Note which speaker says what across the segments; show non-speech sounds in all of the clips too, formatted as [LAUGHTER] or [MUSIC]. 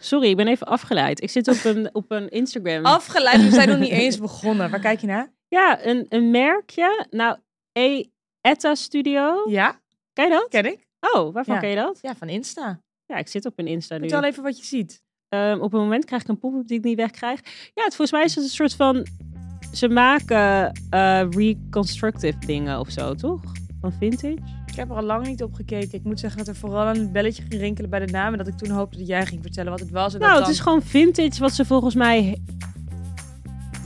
Speaker 1: Sorry, ik ben even afgeleid. Ik zit op
Speaker 2: [LAUGHS]
Speaker 1: een, op een Instagram.
Speaker 2: Afgeleid, we zijn nog niet [LAUGHS] eens begonnen. Waar kijk je naar?
Speaker 1: Ja, een, een merkje. Nou, e Etta Studio.
Speaker 2: Ja,
Speaker 1: Ken je dat?
Speaker 2: ken ik.
Speaker 1: Oh, waarvan
Speaker 2: Ja.
Speaker 1: ken je dat?
Speaker 2: Ja, van Insta.
Speaker 1: Ja, ik zit op een Insta nu.
Speaker 2: Vertel even wat je ziet.
Speaker 1: Ehm, op een moment krijg ik een pop-up die ik niet wegkrijg. Ja, het, volgens mij is het een soort van... Ze maken eh, reconstructive dingen of zo, toch? Van vintage.
Speaker 2: Ik heb er al lang niet op gekeken. Ik moet zeggen dat er vooral een belletje ging rinkelen bij de naam. En dat ik toen hoopte dat jij ging vertellen wat het was. En
Speaker 1: Nou, het
Speaker 2: dat dan-
Speaker 1: is gewoon vintage wat ze volgens mij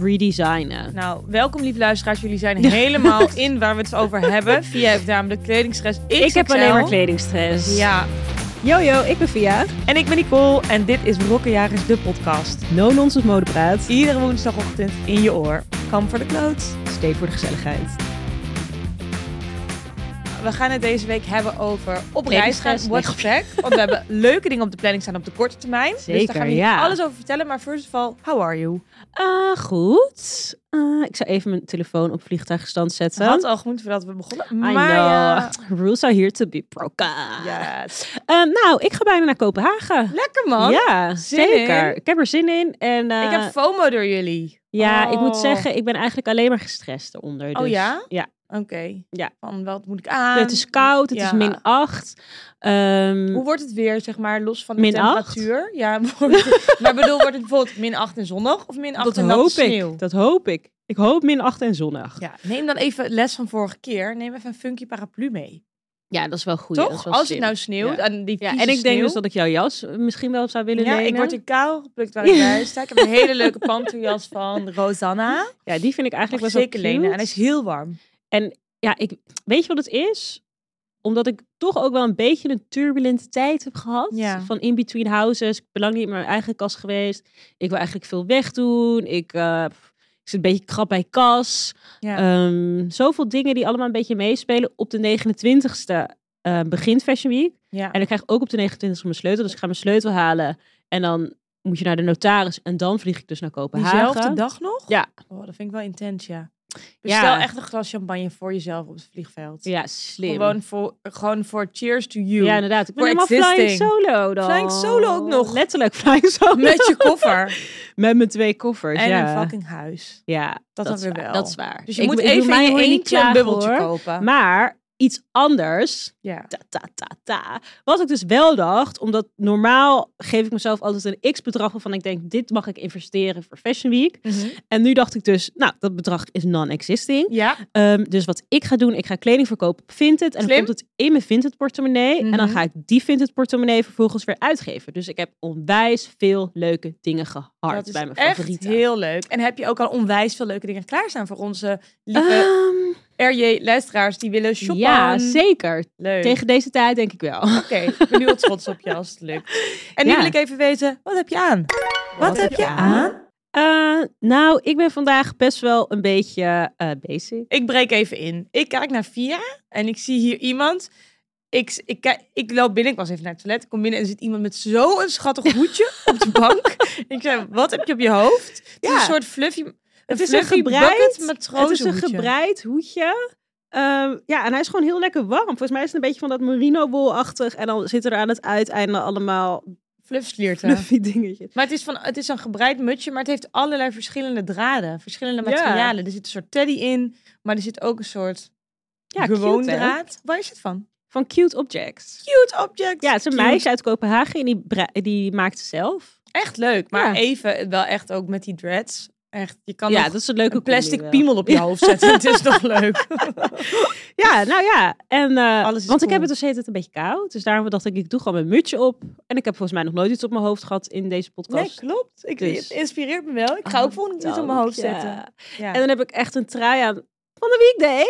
Speaker 1: redesignen.
Speaker 2: Nou, welkom lieve luisteraars. Jullie [LAUGHS] zijn helemaal in waar we het over hebben. Via heeft namelijk kledingstress XXL.
Speaker 1: Ik heb alleen maar kledingstress.
Speaker 2: Ja,
Speaker 1: Yo, yo, ik ben Via.
Speaker 2: en ik ben Nicole en dit is Rokkenjagers, de podcast.
Speaker 1: No nonsense modepraat.
Speaker 2: Iedere woensdagochtend in je oor. Kam voor de kloot.
Speaker 1: Steek voor de gezelligheid.
Speaker 2: We gaan het deze week hebben over op reis gaan,
Speaker 1: Kledingstress,
Speaker 2: what the fuck. Want we hebben [LAUGHS] leuke dingen op de planning staan op de korte termijn. dus daar
Speaker 1: Zeker,
Speaker 2: gaan we niet
Speaker 1: ja.
Speaker 2: alles over vertellen. Maar first of all, how are you?
Speaker 1: Ah, goed. Ah, ik zou even mijn telefoon op vliegtuigstand
Speaker 2: We
Speaker 1: zetten.
Speaker 2: hadden al gemoed voordat we begonnen.
Speaker 1: I
Speaker 2: Maar ja.
Speaker 1: know. Rules are here to be broken.
Speaker 2: [LAUGHS] Yes.
Speaker 1: Ehm, nou, ik ga bijna naar Kopenhagen.
Speaker 2: Lekker man.
Speaker 1: ja,
Speaker 2: zin
Speaker 1: zeker.
Speaker 2: in.
Speaker 1: Ik heb er zin in. En, eh,
Speaker 2: Ik heb FOMO door jullie.
Speaker 1: ja, ik moet
Speaker 2: Oh.
Speaker 1: zeggen, ik ben eigenlijk alleen maar gestrest eronder.
Speaker 2: Oh
Speaker 1: dus-
Speaker 2: ja?
Speaker 1: Ja.
Speaker 2: Oké.
Speaker 1: Ja.
Speaker 2: Van wat moet ik aan?
Speaker 1: Het is koud, het
Speaker 2: Ja.
Speaker 1: is min 8. Ehm,
Speaker 2: Hoe wordt het weer, zeg maar, los van de
Speaker 1: Min acht?
Speaker 2: temperatuur? Ja, [LAUGHS] wordt het- maar bedoel, wordt het bijvoorbeeld min 8 en zonnig of min 8
Speaker 1: dat
Speaker 2: en
Speaker 1: hoop
Speaker 2: natte sneeuw?
Speaker 1: ik. Dat hoop ik. Ik hoop min 8 en zonnig. Ja,
Speaker 2: Ja, neem dan even les van vorige keer. Neem even een funky paraplu mee.
Speaker 1: dat is wel goed.
Speaker 2: Toch? Als het nou sneeuwt
Speaker 1: Ja.
Speaker 2: en die
Speaker 1: Ja,
Speaker 2: vieze
Speaker 1: en ik denk
Speaker 2: sneeuw.
Speaker 1: dus dat ik jouw jas misschien wel zou willen
Speaker 2: Ja,
Speaker 1: lenen.
Speaker 2: ik word in kaal geplukt [LAUGHS] waar ik
Speaker 1: Ja.
Speaker 2: bij sta. Ik heb een hele leuke pantoejas
Speaker 1: [LAUGHS]
Speaker 2: van Rosanna.
Speaker 1: Ja, die vind ik eigenlijk
Speaker 2: Mag je
Speaker 1: best wel
Speaker 2: zeker lenen. En
Speaker 1: cute.
Speaker 2: hij is heel warm.
Speaker 1: ja, ik, weet je wat het is? Omdat ik toch ook wel een beetje een turbulente tijd heb gehad.
Speaker 2: Ja.
Speaker 1: Van in between houses. Ik ben lang niet meer in mijn eigen kas geweest. Ik wil eigenlijk veel wegdoen. Ik, eh, pff, ik zit een beetje krap bij kas.
Speaker 2: Ja.
Speaker 1: Ehm, zoveel dingen die allemaal een beetje meespelen. Op de 29ste eh, begint Fashion Week.
Speaker 2: ja.
Speaker 1: En ik krijg ook op de 29ste mijn sleutel. Dus ik ga mijn sleutel halen. En dan moet je naar de notaris. En dan vlieg ik dus naar Kopenhagen.
Speaker 2: Diezelfde dag nog?
Speaker 1: Ja.
Speaker 2: Oh, dat vind ik wel intens, ja.
Speaker 1: Ja.
Speaker 2: Bestel echt een glas champagne voor jezelf op het vliegveld.
Speaker 1: Ja, slim.
Speaker 2: Gewoon voor, gewoon voor cheers to you. [LAUGHS]
Speaker 1: Ja, inderdaad. Ik ben
Speaker 2: For
Speaker 1: helemaal
Speaker 2: existing.
Speaker 1: flying solo dan.
Speaker 2: Flying solo ook nog.
Speaker 1: Letterlijk flying solo.
Speaker 2: Met je koffer
Speaker 1: Met mijn twee koffers,
Speaker 2: en
Speaker 1: [LAUGHS] ja.
Speaker 2: een fucking huis.
Speaker 1: Ja,
Speaker 2: Dat,
Speaker 1: dat
Speaker 2: dan
Speaker 1: is
Speaker 2: weer
Speaker 1: waar,
Speaker 2: wel.
Speaker 1: Dat is waar.
Speaker 2: Dus je
Speaker 1: Ik
Speaker 2: moet
Speaker 1: be- ik doe
Speaker 2: even
Speaker 1: mij
Speaker 2: in je
Speaker 1: helemaal niet
Speaker 2: eentje een
Speaker 1: klagen,
Speaker 2: bubbeltje
Speaker 1: hoor.
Speaker 2: kopen.
Speaker 1: Maar iets anders,
Speaker 2: ja.
Speaker 1: ta, ta, ta, ta, wat ik dus wel dacht, omdat normaal geef ik mezelf altijd een x-bedrag waarvan ik denk, dit mag ik investeren voor Fashion Week. En nu dacht ik dus, nou, dat bedrag is non-existing.
Speaker 2: ja,
Speaker 1: Ehm, dus wat ik ga doen, ik ga kleding verkopen op Vinted. En
Speaker 2: Slim.
Speaker 1: dan komt het in mijn Vinted portemonnee. En dan
Speaker 2: Mhm.
Speaker 1: ga ik die Vinted portemonnee vervolgens weer uitgeven. Dus ik heb onwijs veel leuke dingen gehard
Speaker 2: dat is
Speaker 1: bij mijn
Speaker 2: echt
Speaker 1: favorieten.
Speaker 2: heel leuk. En heb je ook al onwijs veel leuke dingen klaarstaan voor onze lieve
Speaker 1: Ehm,
Speaker 2: RJ-luisteraars die willen shoppen?
Speaker 1: ja, zeker.
Speaker 2: Leuk.
Speaker 1: Tegen deze tijd denk ik wel. [LAUGHS]
Speaker 2: Oké, ik ben nu wat trots op je als het lukt. En nu
Speaker 1: Ja.
Speaker 2: wil ik even weten, wat heb je aan? Wat heb je aan?
Speaker 1: Eh, nou, ik ben vandaag best wel een beetje eh, basic.
Speaker 2: Ik breek even in. Ik kijk naar Via en ik zie hier iemand. Ik, ik, kijk- ik loop binnen, ik was even naar het toilet. Ik kom binnen en er zit iemand met zo'n
Speaker 1: [LAUGHS]
Speaker 2: schattig hoedje op de bank. Ik zei, wat heb je op je hoofd? Het is
Speaker 1: Ja.
Speaker 2: een soort fluffy...
Speaker 1: Het is een gebreid, het is een gebreid hoedje. Ehm, ja, en hij is gewoon heel lekker warm. Volgens mij is het een beetje van dat merino wolachtig. En dan zitten er aan het uiteinde allemaal
Speaker 2: Fluffslierten.
Speaker 1: fluffy dingetjes.
Speaker 2: Maar het is, van, het is een gebreid mutsje, maar het heeft allerlei verschillende draden. Verschillende
Speaker 1: Ja.
Speaker 2: materialen. Er zit een soort teddy in, maar er zit ook een soort
Speaker 1: Ja,
Speaker 2: gewoon
Speaker 1: cute, hè?
Speaker 2: draad. Waar is het van?
Speaker 1: Van Cute Objects.
Speaker 2: Cute object.
Speaker 1: Ja, het is een
Speaker 2: Cute.
Speaker 1: meisje uit Kopenhagen en die, bre- die maakt het zelf.
Speaker 2: Echt leuk, maar
Speaker 1: Ja.
Speaker 2: even wel echt ook met die dreads. Echt, je kan
Speaker 1: ja,
Speaker 2: nog
Speaker 1: dat is een leuke
Speaker 2: een plastic
Speaker 1: combi wel.
Speaker 2: piemel op je hoofd zetten. Het is nog [LAUGHS] leuk.
Speaker 1: Ja, nou ja. En, eh,
Speaker 2: Alles is
Speaker 1: want ik
Speaker 2: cool.
Speaker 1: heb het dus heet het een beetje koud. Dus daarom dacht ik, ik doe gewoon mijn mutsje op. En ik heb volgens mij nog nooit iets op mijn hoofd gehad in deze
Speaker 2: Nee,
Speaker 1: podcast.
Speaker 2: klopt. Ik,
Speaker 1: Dus-
Speaker 2: Het inspireert me wel. Ik ga ook volgende keer iets op mijn hoofd
Speaker 1: Dank je.
Speaker 2: zetten. Oh, Ja.
Speaker 1: En dan heb ik echt een trui aan van de weekday.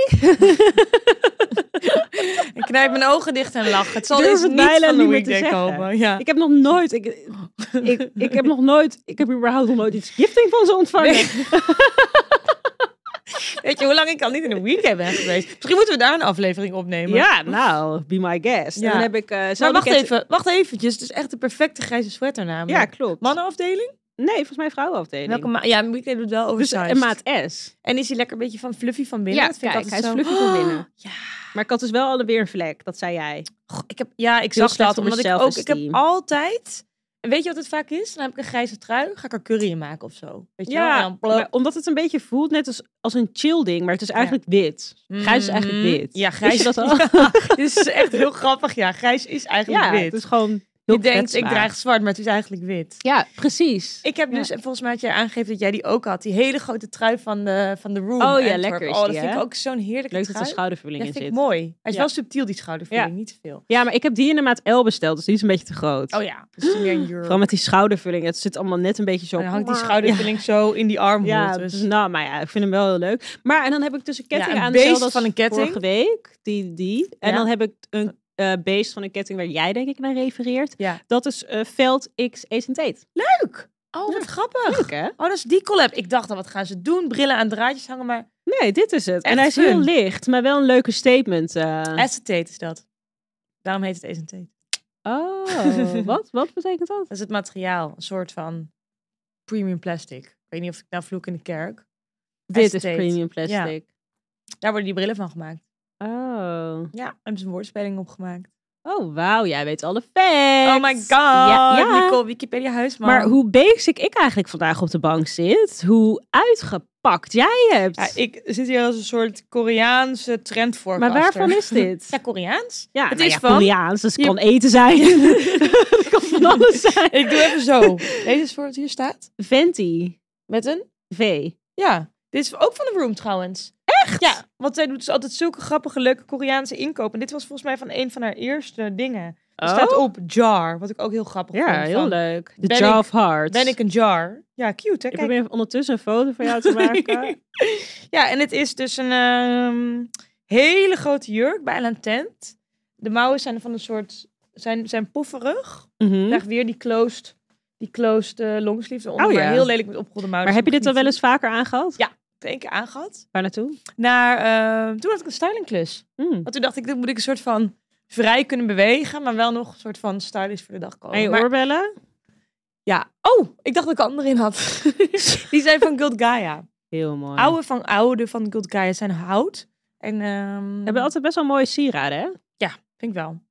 Speaker 2: ik knijp mijn ogen dicht en lach. Het zal
Speaker 1: durf
Speaker 2: dus
Speaker 1: het
Speaker 2: niet
Speaker 1: bijna
Speaker 2: van de
Speaker 1: niet meer te
Speaker 2: weekday
Speaker 1: zeggen.
Speaker 2: komen. Ja.
Speaker 1: Ik heb nog nooit, ik, ik, ik heb nog nooit, ik heb überhaupt nog nooit iets gifting van ze ontvangen.
Speaker 2: Oh, Nee. [LAUGHS] Weet je hoe lang ik al niet in een weekday ben geweest? Misschien moeten we daar een aflevering opnemen.
Speaker 1: Ja, nou, be my guest.
Speaker 2: Ja.
Speaker 1: En dan heb ik... eh,
Speaker 2: Maar
Speaker 1: zou
Speaker 2: wacht
Speaker 1: ik het-
Speaker 2: even, wacht eventjes. Het is echt de perfecte grijze sweater namelijk.
Speaker 1: Ja, klopt.
Speaker 2: Mannenafdeling?
Speaker 1: Nee, volgens mij vrouwenafdeling.
Speaker 2: Welke ma- ja, een weekday doet wel
Speaker 1: dus
Speaker 2: oversized.
Speaker 1: een maat S.
Speaker 2: En is hij lekker een beetje van fluffy van binnen?
Speaker 1: Ja,
Speaker 2: dat vind ik
Speaker 1: kijk,
Speaker 2: altijd
Speaker 1: hij
Speaker 2: zo...
Speaker 1: is fluffy van binnen. [GASPS]
Speaker 2: Oh, Ja,
Speaker 1: Maar ik had dus wel alweer een vlek, dat zei jij.
Speaker 2: [GASPS] Goh, ik heb, ja, ik
Speaker 1: Heel
Speaker 2: zag
Speaker 1: slecht voor
Speaker 2: dat. Omdat ik
Speaker 1: mijn
Speaker 2: ook, ik heb
Speaker 1: zelfesteem.
Speaker 2: altijd En weet je wat het vaak is? Dan heb ik een grijze trui, ga ik er curry in maken of zo. Weet je wel? En
Speaker 1: Ja,
Speaker 2: dan plop.
Speaker 1: maar omdat het een beetje voelt net als, als een chill ding, maar het is eigenlijk wit. Grijs is eigenlijk
Speaker 2: Mhm.
Speaker 1: wit.
Speaker 2: Ja,
Speaker 1: Wist
Speaker 2: grijs
Speaker 1: je dat al?
Speaker 2: [LAUGHS] Ja, dit is echt heel grappig. Ja, grijs is eigenlijk
Speaker 1: Ja,
Speaker 2: wit.
Speaker 1: het is gewoon heel
Speaker 2: je denkt, ik
Speaker 1: kwetsbaar.
Speaker 2: draag zwart, maar het is eigenlijk wit.
Speaker 1: Ja, precies.
Speaker 2: Ik heb
Speaker 1: Ja.
Speaker 2: dus, en volgens mij had jij aangegeven dat jij die ook had. Die hele grote trui van de, van de Room.
Speaker 1: Oh ja,
Speaker 2: Antwerp.
Speaker 1: lekker is
Speaker 2: Oh, dat
Speaker 1: die,
Speaker 2: vind ik
Speaker 1: hè?
Speaker 2: ook zo'n heerlijke
Speaker 1: Leuk dat
Speaker 2: trui.
Speaker 1: er schoudervulling
Speaker 2: ja,
Speaker 1: in
Speaker 2: vind ik
Speaker 1: zit.
Speaker 2: mooi. Hij is
Speaker 1: Ja.
Speaker 2: wel subtiel, die schoudervulling. Niet te veel.
Speaker 1: Ja, maar ik heb die in de maat L besteld, dus die is een beetje te groot.
Speaker 2: Oh ja, dus meer een euro.
Speaker 1: Vooral met die schoudervulling. Het zit allemaal net een beetje zo...
Speaker 2: En dan
Speaker 1: [LAUGHS]
Speaker 2: hangt die schoudervulling zo in die armhol.
Speaker 1: Ja,
Speaker 2: dus.
Speaker 1: dus nou, maar ja, ik vind hem wel heel leuk. Maar en dan heb ik dus een ketting
Speaker 2: een
Speaker 1: aan,
Speaker 2: beest
Speaker 1: dezelfde als
Speaker 2: van een ketting.
Speaker 1: vorige week, die, die. En
Speaker 2: Ja.
Speaker 1: dan heb ik een eh, beest van een ketting waar jij denk ik naar refereert.
Speaker 2: Ja.
Speaker 1: Dat is eh, Veld X Ace Tate.
Speaker 2: Leuk! Oh, wat
Speaker 1: Ja.
Speaker 2: grappig.
Speaker 1: Leuk hè?
Speaker 2: Oh, dat is die collab. Ik dacht, dan wat gaan ze doen? Brillen aan draadjes hangen, maar...
Speaker 1: Nee, dit is het.
Speaker 2: Echt
Speaker 1: en hij is
Speaker 2: fun.
Speaker 1: heel licht, maar wel een leuke statement. eh.
Speaker 2: Acetate is dat. Daarom heet het acetate. [LAUGHS]
Speaker 1: Oh, wat? Wat betekent dat?
Speaker 2: Dat is het materiaal. Een soort van premium plastic. Ik weet niet of ik nou vloek in de kerk.
Speaker 1: Dit is
Speaker 2: Acetate.
Speaker 1: premium plastic.
Speaker 2: Daar worden die brillen van gemaakt.
Speaker 1: Oh.
Speaker 2: Ja, hebben ze een woordspeling opgemaakt.
Speaker 1: Oh, wauw. Jij weet alle facts.
Speaker 2: Oh my god,
Speaker 1: Ja, ja.
Speaker 2: Nicole, Wikipedia huisman.
Speaker 1: Maar hoe basic ik eigenlijk vandaag op de bank zit, hoe uitgepakt jij hebt.
Speaker 2: Ja, ik zit hier als een soort Koreaanse trend voor.
Speaker 1: maar waarvan is dit?
Speaker 2: [LAUGHS] Ja, Koreaans.
Speaker 1: Ja,
Speaker 2: het
Speaker 1: nou
Speaker 2: is
Speaker 1: ja,
Speaker 2: van-
Speaker 1: Koreaans, dus het
Speaker 2: Je-
Speaker 1: kan eten zijn. het kan van alles zijn.
Speaker 2: Ik doe even
Speaker 1: [LAUGHS]
Speaker 2: zo. Deze is voor wat hier staat.
Speaker 1: Venti.
Speaker 2: Met een
Speaker 1: V.
Speaker 2: Ja, dit is ook van de Room trouwens. Echt? Ja, want zij doet dus altijd zulke grappige, leuke Koreaanse inkopen. En dit was volgens mij van een van haar eerste dingen. Er staat op jar, wat ik ook heel grappig vond.
Speaker 1: Oh, Ja, heel
Speaker 2: van,
Speaker 1: leuk. The
Speaker 2: Ben
Speaker 1: Jar
Speaker 2: ik-
Speaker 1: of Hearts.
Speaker 2: Ben ik een jar? Ja, cute hè?
Speaker 1: Ik
Speaker 2: Kijk.
Speaker 1: probeer ondertussen een foto [LAUGHS] van
Speaker 2: [LAUGHS]
Speaker 1: jou te maken.
Speaker 2: ja, en het is dus een ehm, hele grote jurk, bijna een tent. De mouwen zijn van een soort, zijn, zijn pofferig.
Speaker 1: Mhm.
Speaker 2: Daar weer die closed, die closed eh, longsleeve eronder.
Speaker 1: Oh, ja.
Speaker 2: Maar heel lelijk met opgerolde mouwen. Dus
Speaker 1: Maar heb je dit al wel
Speaker 2: eens
Speaker 1: eens vaker aangehad?
Speaker 2: Ja. één keer aangehad?
Speaker 1: Waar naartoe?
Speaker 2: Naar, ehm, toen had ik een stylingklus.
Speaker 1: Mm.
Speaker 2: Want toen dacht ik, dan moet ik een soort van vrij kunnen bewegen, maar wel nog een soort van stylish voor de dag komen.
Speaker 1: En je
Speaker 2: Maar-
Speaker 1: oorbellen?
Speaker 2: Ja. Oh, ik dacht dat ik een andere in
Speaker 1: [LAUGHS]
Speaker 2: had. die zijn van Gold Gaia.
Speaker 1: Heel mooi.
Speaker 2: Oude van oude van Gold Gaia zijn hout. En ehm
Speaker 1: hebben altijd best wel mooie sieraden, hè?
Speaker 2: vind ik wel.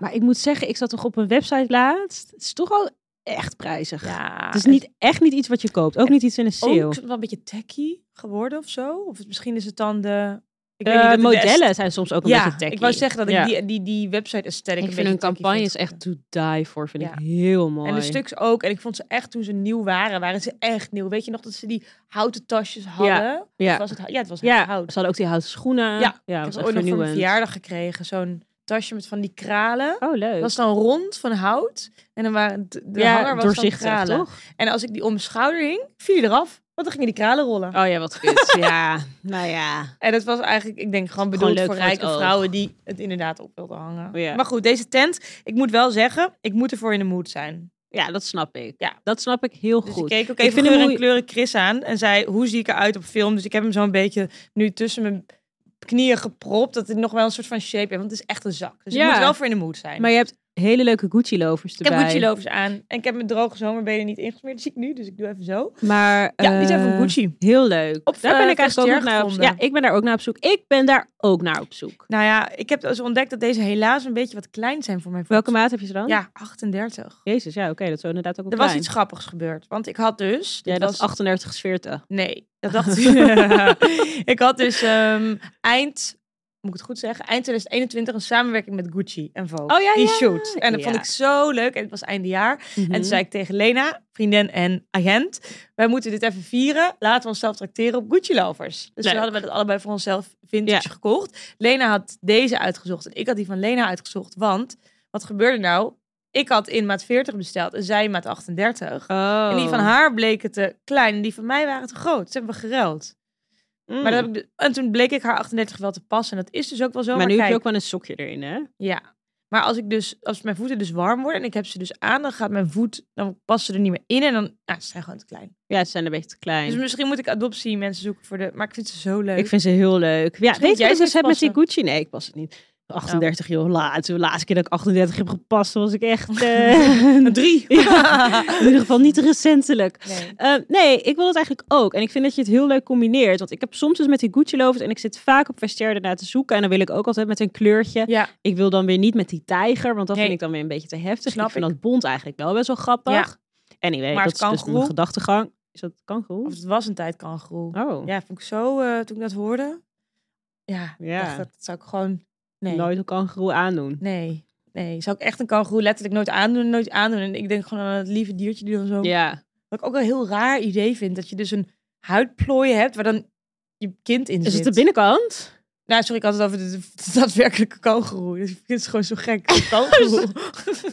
Speaker 1: Maar ik moet zeggen, ik zat toch op een website laatst. Het is toch al echt prijzig.
Speaker 2: Ja.
Speaker 1: het is niet, echt niet iets wat je koopt. Ook niet iets in een
Speaker 2: ook
Speaker 1: sale.
Speaker 2: wel een beetje tacky geworden of zo. Of het- misschien is het dan de ik
Speaker 1: Eh,
Speaker 2: weet niet, dat de
Speaker 1: modellen
Speaker 2: est-
Speaker 1: zijn soms ook een
Speaker 2: Ja,
Speaker 1: beetje tacky.
Speaker 2: ik wou zeggen dat ik
Speaker 1: Ja.
Speaker 2: die, die, die website aesthetic
Speaker 1: Ik
Speaker 2: een
Speaker 1: vind hun
Speaker 2: beetje tacky
Speaker 1: campagne
Speaker 2: vind.
Speaker 1: is echt to die voor, vind
Speaker 2: Ja.
Speaker 1: ik heel mooi.
Speaker 2: En de stuks ook. En ik vond ze echt, toen ze nieuw waren, waren ze echt nieuw. Weet je nog dat ze die houten tasjes hadden? Of
Speaker 1: ja.
Speaker 2: Was het, hou- ja, het was echt
Speaker 1: ja,
Speaker 2: hout.
Speaker 1: ze hadden ook die houten schoenen.
Speaker 2: Ja,
Speaker 1: ja
Speaker 2: ik
Speaker 1: was echt
Speaker 2: heb ooit nog voor mijn
Speaker 1: vernieuwend.
Speaker 2: verjaardag gekregen. Zo'n tasje met van die kralen.
Speaker 1: Oh, leuk.
Speaker 2: Dat was dan rond van hout. En dan waren de, de hanger was van
Speaker 1: doorzichtig,
Speaker 2: kralen.
Speaker 1: toch?
Speaker 2: En als ik die om mijn schouder hing, viel die eraf. Want dan gingen die kralen rollen.
Speaker 1: Oh ja, wat kut.
Speaker 2: [LAUGHS]
Speaker 1: ja, nou ja.
Speaker 2: En dat was eigenlijk, ik denk, gewoon
Speaker 1: Gewoon
Speaker 2: bedoeld
Speaker 1: leuk
Speaker 2: voor
Speaker 1: voor het
Speaker 2: rijke
Speaker 1: oog. Oh,
Speaker 2: vrouwen die het inderdaad op wilden hangen.
Speaker 1: Ja.
Speaker 2: Maar goed, deze tent, ik moet wel zeggen, ik moet ervoor in de mood zijn.
Speaker 1: Ja, dat snap ik.
Speaker 2: Ja.
Speaker 1: Dat snap ik heel
Speaker 2: Dus
Speaker 1: goed.
Speaker 2: ik keek
Speaker 1: Ik
Speaker 2: ook even
Speaker 1: vind
Speaker 2: kleur
Speaker 1: hem
Speaker 2: en
Speaker 1: moe-
Speaker 2: kleuren Chris aan en zei, hoe zie ik eruit op film? Dus ik heb hem zo'n beetje nu tussen mijn knieën gepropt, dat het nog wel een soort van shape heeft, want het is echt een zak. Dus ik
Speaker 1: Ja.
Speaker 2: moet wel voor in de mood zijn.
Speaker 1: Maar je hebt hele leuke Gucci-lovers
Speaker 2: ik heb
Speaker 1: erbij.
Speaker 2: Gucci lovers aan en ik heb mijn droge zomerbenen niet ingesmeerd, zie ik nu, dus ik doe even zo.
Speaker 1: Maar,
Speaker 2: Ja, die zijn van
Speaker 1: eh,
Speaker 2: Gucci.
Speaker 1: Heel leuk.
Speaker 2: Op,
Speaker 1: daar
Speaker 2: eh,
Speaker 1: ben ik eigenlijk ook nog
Speaker 2: Vestiaire
Speaker 1: naar op zoek.
Speaker 2: gevonden.
Speaker 1: Ja, ik ben daar ook naar op zoek. Ik ben daar ook naar op zoek.
Speaker 2: Nou ja, ik heb dus ontdekt dat deze helaas een beetje wat klein zijn voor mijn
Speaker 1: Welke
Speaker 2: voet.
Speaker 1: maat heb je ze dan?
Speaker 2: Ja, 38.
Speaker 1: Jezus, ja, oké, dat is inderdaad ook wel
Speaker 2: Er was
Speaker 1: klein.
Speaker 2: iets grappigs gebeurd. Want ik had dus.
Speaker 1: Ja,
Speaker 2: dit
Speaker 1: dat
Speaker 2: was,
Speaker 1: is 38 is 40.
Speaker 2: Nee,
Speaker 1: [LAUGHS]
Speaker 2: dat dacht [LAUGHS] ik. ik had dus ehm, eind. Moet ik het goed zeggen? Eind 2021 een samenwerking met Gucci en Vogue.
Speaker 1: Oh, ja,
Speaker 2: Die
Speaker 1: ja.
Speaker 2: shoot. En dat
Speaker 1: Ja.
Speaker 2: vond ik zo leuk. En het was einde jaar. En
Speaker 1: Mhm.
Speaker 2: toen zei ik tegen Lena, vriendin en agent. Wij moeten dit even vieren. Laten we onszelf tracteren op Gucci lovers. Dus
Speaker 1: Leuk.
Speaker 2: toen hadden we dat allebei voor onszelf vintage
Speaker 1: Ja.
Speaker 2: gekocht. Lena had deze uitgezocht. En ik had die van Lena uitgezocht. Want, wat gebeurde nou? Ik had in maat 40 besteld en zij in maat 38.
Speaker 1: Oh.
Speaker 2: En die van haar bleken te klein en die van mij waren te groot. Dus hebben we geruild.
Speaker 1: Mm.
Speaker 2: Maar dat heb ik de- en toen bleek ik haar 38 wel te passen. En dat is dus ook wel zo.
Speaker 1: Maar nu heb je ook wel een sokje erin, hè?
Speaker 2: Ja. Maar als, ik dus, als mijn voeten dus warm worden en ik heb ze dus aan, dan gaat mijn voet, dan past ze er niet meer in. En dan, nou, ze zijn gewoon te klein.
Speaker 1: Ja, ze zijn een beetje te klein.
Speaker 2: Dus misschien moet ik adoptie mensen zoeken voor de, maar ik vind ze zo leuk. [LAUGHS]
Speaker 1: ik vind ze heel leuk. Ja,
Speaker 2: Misschien
Speaker 1: weet
Speaker 2: moet
Speaker 1: je
Speaker 2: jij
Speaker 1: wat ik
Speaker 2: ze
Speaker 1: dus heb met die
Speaker 2: passen. Oh.
Speaker 1: Gucci? Nee, ik pas het niet. 38, joh. Laatste, de laatste keer dat ik 38 heb gepast, was ik
Speaker 2: [LAUGHS]
Speaker 1: echt... eh,
Speaker 2: Een drie.
Speaker 1: [LAUGHS] Ja. in ieder geval niet recentelijk.
Speaker 2: Nee.
Speaker 1: Eh, nee, ik wil het eigenlijk ook. En ik vind dat je het heel leuk combineert. Want ik heb soms dus met die Gucci lovers en ik zit vaak op Vestiaire daarna te zoeken. En dan wil ik ook altijd met een kleurtje.
Speaker 2: Ja.
Speaker 1: Ik wil dan weer niet met die tijger, want dat
Speaker 2: Nee.
Speaker 1: vind ik dan weer een beetje te heftig.
Speaker 2: Snap
Speaker 1: ik vind
Speaker 2: ik.
Speaker 1: dat bond eigenlijk wel best wel grappig. Anyway,
Speaker 2: Maar
Speaker 1: dat
Speaker 2: het
Speaker 1: is dus
Speaker 2: kangoeroe?
Speaker 1: mijn gedachtegang. Is dat kangoeroe?
Speaker 2: Of het was een tijd kangeroe.
Speaker 1: Oh,
Speaker 2: Ja, vond ik zo, eh, toen ik dat hoorde. Ja,
Speaker 1: Ja.
Speaker 2: dacht ik, dat zou ik gewoon... Nee,
Speaker 1: nooit een kangoeroe aandoen.
Speaker 2: nee, nee. Zou ik echt een kangeroe letterlijk nooit aandoen en nooit aandoen. En ik denk gewoon aan het lieve diertje die dan zo...
Speaker 1: Ja,
Speaker 2: Wat ik ook een heel raar idee vind. Dat je dus een huidplooi hebt waar dan je kind in zit.
Speaker 1: is het de
Speaker 2: [LAUGHS]
Speaker 1: binnenkant?
Speaker 2: Nou, sorry, ik had het over de, de daadwerkelijke kangeroe. Dus ik vind het gewoon zo [LAUGHS] gek. Een Kangeroe.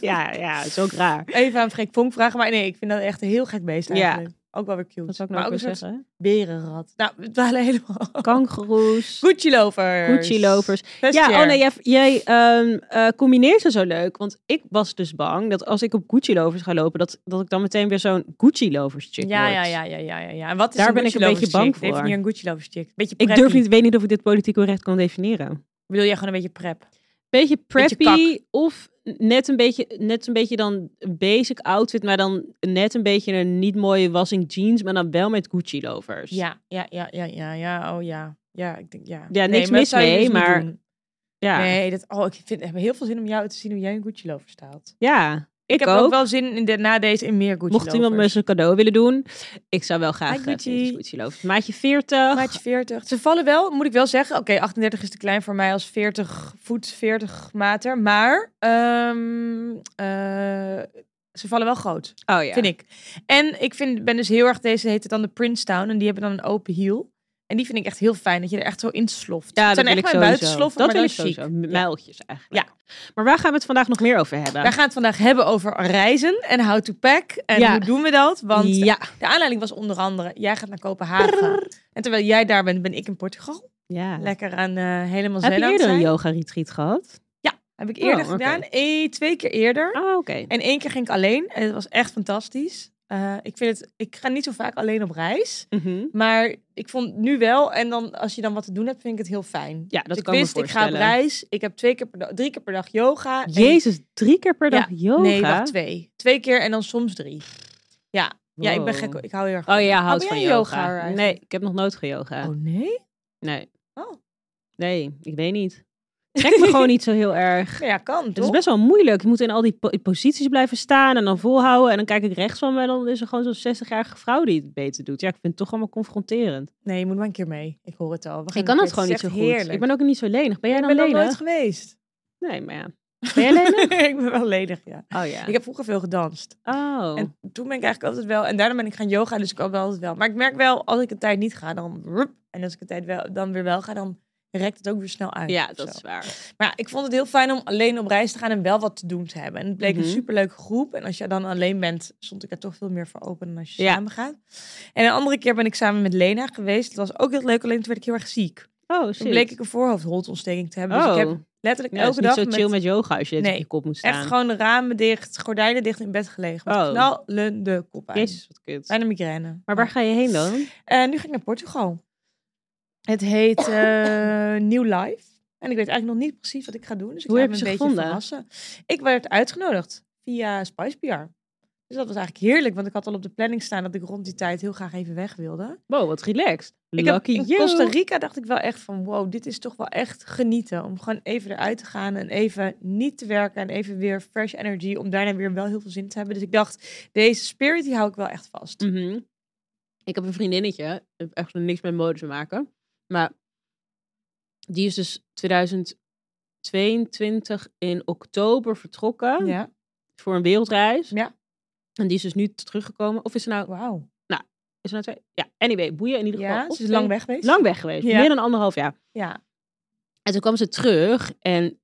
Speaker 1: Ja, ja, het is ook raar.
Speaker 2: Even aan Freek Vonk vragen. Maar nee, ik vind dat echt een heel gek beest
Speaker 1: Ja.
Speaker 2: eigenlijk. Ook wel weer cute.
Speaker 1: Dat zou ik
Speaker 2: maar
Speaker 1: nou ook
Speaker 2: ook
Speaker 1: weer
Speaker 2: een soort
Speaker 1: zeggen.
Speaker 2: berenrad. Nou, we dwalen helemaal.
Speaker 1: Kangoeroes,
Speaker 2: Gucci lovers.
Speaker 1: Gucci lovers.
Speaker 2: Vestiaire.
Speaker 1: Ja, oh nee, jij, jij ehm, eh, combineert ze zo leuk. Want ik was dus bang dat als ik op Gucci lovers ga lopen, dat, dat ik dan meteen weer zo'n Gucci lovers chick
Speaker 2: Ja,
Speaker 1: word.
Speaker 2: ja, ja, ja, ja, ja, ja. En wat is
Speaker 1: Daar
Speaker 2: een
Speaker 1: ben ik
Speaker 2: Gucci
Speaker 1: een
Speaker 2: lovers
Speaker 1: beetje bang
Speaker 2: chick? Definieer
Speaker 1: voor.
Speaker 2: een Gucci lovers chick. Beetje
Speaker 1: Ik
Speaker 2: preppy.
Speaker 1: durf niet, weet niet of ik dit politiek correct kan definiëren.
Speaker 2: Ik bedoel, jij gewoon een beetje prep.
Speaker 1: Beetje
Speaker 2: Beetje
Speaker 1: preppy
Speaker 2: kak.
Speaker 1: of net een beetje, net een beetje dan een basic outfit, maar dan net een beetje een niet mooie wassing jeans, maar dan wel met Gucci lovers.
Speaker 2: Ja, ja, ja, ja, ja, ja. Oh ja. Ja, ik denk, ja.
Speaker 1: Ja,
Speaker 2: Nee,
Speaker 1: niks
Speaker 2: maar dat
Speaker 1: mis
Speaker 2: zou je
Speaker 1: mee,
Speaker 2: dus niet
Speaker 1: maar-
Speaker 2: doen.
Speaker 1: ja.
Speaker 2: Nee, dat, oh, ik vind, ik heb heel veel zin om jou te zien hoe jij een Gucci lover staat.
Speaker 1: Ja.
Speaker 2: Ik, heb
Speaker 1: ook.
Speaker 2: ook wel zin in de, na deze in meer Gucci
Speaker 1: Mocht iemand me
Speaker 2: lovers.
Speaker 1: zijn cadeau willen doen, ik zou wel graag
Speaker 2: Hi,
Speaker 1: eh,
Speaker 2: Gucci.
Speaker 1: eventjes Gucci lovers. Maatje 40.
Speaker 2: Maatje 40. Ze vallen wel, moet ik wel zeggen. Oké, 38 is te klein voor mij als 40 voet, 40 meter. Maar ehm, eh, ze vallen wel groot,
Speaker 1: Oh ja.
Speaker 2: vind ik. En ik vind, ben dus heel erg, deze heet het dan de Princetown. En die hebben dan een open hiel. En die vind ik echt heel fijn, dat je er echt zo in sloft.
Speaker 1: Ja,
Speaker 2: het zijn
Speaker 1: dat
Speaker 2: echt
Speaker 1: wil
Speaker 2: mijn
Speaker 1: ik sowieso.
Speaker 2: buitensloffen,
Speaker 1: Dat
Speaker 2: maar
Speaker 1: wil ik
Speaker 2: dan chic.
Speaker 1: sowieso. M-
Speaker 2: Ja.
Speaker 1: Mijltjes eigenlijk. Maar waar gaan we het vandaag nog meer over hebben?
Speaker 2: We gaan het vandaag hebben over reizen en how to pack. En
Speaker 1: Ja.
Speaker 2: hoe doen we dat? Want
Speaker 1: ja.
Speaker 2: de aanleiding was onder andere, jij gaat naar Kopenhagen. En terwijl jij daar bent, ben ik in Portugal.
Speaker 1: ja.
Speaker 2: Lekker aan eh, helemaal zen
Speaker 1: Heb je
Speaker 2: aan het
Speaker 1: eerder een
Speaker 2: zijn.
Speaker 1: yoga retreat gehad?
Speaker 2: Heb ik eerder
Speaker 1: Oh, oké.
Speaker 2: gedaan. Eh, twee keer eerder.
Speaker 1: Ah, oké.
Speaker 2: En één keer ging ik alleen. En het was echt fantastisch. Eh, ik, vind het, ik ga niet zo vaak alleen op reis.
Speaker 1: Mhm.
Speaker 2: Maar ik vond nu wel. En dan, als je dan wat te doen hebt, vind ik het heel fijn. Dus
Speaker 1: Ja, dat
Speaker 2: ik
Speaker 1: kan ik me
Speaker 2: wist, ik ga op
Speaker 1: voorstellen.
Speaker 2: reis. Ik heb twee keer per dag, drie keer per dag yoga. En-
Speaker 1: Jezus, drie keer per dag yoga?
Speaker 2: Nee, wacht, twee. Twee keer en dan soms drie. Ja, ik ben
Speaker 1: Wow.
Speaker 2: gek. Ik hou heel erg
Speaker 1: Oh ja,
Speaker 2: van-
Speaker 1: houdt
Speaker 2: ben
Speaker 1: van
Speaker 2: jij
Speaker 1: yoga.
Speaker 2: een yogaar eigenlijk?
Speaker 1: nee, ik heb nog nooit geyoga.
Speaker 2: Oh nee?
Speaker 1: Nee.
Speaker 2: Oh.
Speaker 1: Nee, ik weet niet.
Speaker 2: [LAUGHS]
Speaker 1: Trek me gewoon niet zo heel erg.
Speaker 2: Nou ja, kan
Speaker 1: Het is
Speaker 2: toch?
Speaker 1: best wel moeilijk. Je moet in al die po- posities blijven staan en dan volhouden. En dan kijk ik rechts van me en dan is er gewoon zo'n 60-jarige vrouw die het beter doet. Ja, ik vind het toch allemaal confronterend.
Speaker 2: Nee, je moet maar een keer mee. Ik hoor het al. We gaan
Speaker 1: Ik kan het
Speaker 2: een keer.
Speaker 1: gewoon niet zo
Speaker 2: is
Speaker 1: goed.
Speaker 2: echt Heerlijk.
Speaker 1: Ik ben ook niet zo lenig. Ben jij
Speaker 2: Ik
Speaker 1: dan
Speaker 2: ben nog
Speaker 1: lenig?
Speaker 2: nooit geweest.
Speaker 1: Nee, maar ja. Ben [LAUGHS] jij lenig?
Speaker 2: [LAUGHS] ik ben wel ledig, ja.
Speaker 1: Oh ja.
Speaker 2: Ik heb vroeger veel gedanst.
Speaker 1: Oh.
Speaker 2: En toen ben ik eigenlijk altijd wel... En daarna ben ik gaan yoga, dus ik ook wel altijd wel. Maar ik merk wel, als ik een tijd niet ga, dan... rup. En als ik een tijd wel, dan weer wel ga, dan rekt het ook weer snel uit.
Speaker 1: ja,
Speaker 2: of
Speaker 1: dat
Speaker 2: zo.
Speaker 1: is waar.
Speaker 2: Maar ja, ik vond het heel fijn om alleen op reis te gaan en wel wat te doen te hebben. En het bleek
Speaker 1: Mhm.
Speaker 2: een superleuke groep. En als je dan alleen bent, stond ik er toch veel meer voor open dan als je
Speaker 1: Ja.
Speaker 2: samen gaat. En een andere keer ben ik samen met Lena geweest. Het was ook heel leuk, alleen toen werd ik heel erg ziek.
Speaker 1: Oh, shit.
Speaker 2: Toen bleek ik een voorhoofdholtontsteking te hebben.
Speaker 1: oh.
Speaker 2: Dus ik heb letterlijk
Speaker 1: Ja, het is niet
Speaker 2: elke dag
Speaker 1: zo
Speaker 2: met
Speaker 1: chill met... yoga als je dit
Speaker 2: Nee,
Speaker 1: op je kop moet staan.
Speaker 2: echt gewoon de ramen dicht, gordijnen dicht in bed gelegen. Met
Speaker 1: Oh.
Speaker 2: knallende koppijn.
Speaker 1: Jezus, wat kut.
Speaker 2: Bijna migraine.
Speaker 1: Maar waar ga je heen dan?
Speaker 2: En nu ga ik naar Portugal. Het
Speaker 1: [COUGHS]
Speaker 2: heet eh, New Life. En ik weet eigenlijk nog niet precies wat ik ga doen. Dus ik
Speaker 1: Hoe
Speaker 2: laat
Speaker 1: heb
Speaker 2: me
Speaker 1: je
Speaker 2: een
Speaker 1: ze
Speaker 2: beetje
Speaker 1: gevonden?
Speaker 2: verrassen. Ik werd uitgenodigd via Spice PR. Dus dat was eigenlijk heerlijk. Want ik had al op de planning staan dat ik rond die tijd heel graag even weg wilde.
Speaker 1: Wow, wat relaxed.
Speaker 2: Ik heb,
Speaker 1: Lucky
Speaker 2: in
Speaker 1: you.
Speaker 2: Costa Rica dacht ik wel echt van... wow, dit is toch wel echt genieten. Om gewoon even eruit te gaan en even niet te werken. En even weer fresh energy. Om daarna weer wel heel veel zin te hebben. Dus ik dacht, deze spirit die hou ik wel echt vast.
Speaker 1: Mhm. Ik heb een vriendinnetje. Het heeft echt niks met mode te maken. Maar die is dus 2022 in oktober vertrokken
Speaker 2: Ja,
Speaker 1: voor een wereldreis.
Speaker 2: Ja.
Speaker 1: En die is dus nu teruggekomen. Of is ze nou,
Speaker 2: wauw.
Speaker 1: is ze nou twee? Ja, anyway, boeien in ieder geval.
Speaker 2: Ja,
Speaker 1: Of
Speaker 2: ze is
Speaker 1: twee-
Speaker 2: lang weg geweest.
Speaker 1: Lang weg geweest.
Speaker 2: Ja.
Speaker 1: Meer dan anderhalf jaar.
Speaker 2: Ja,
Speaker 1: En toen kwam ze terug en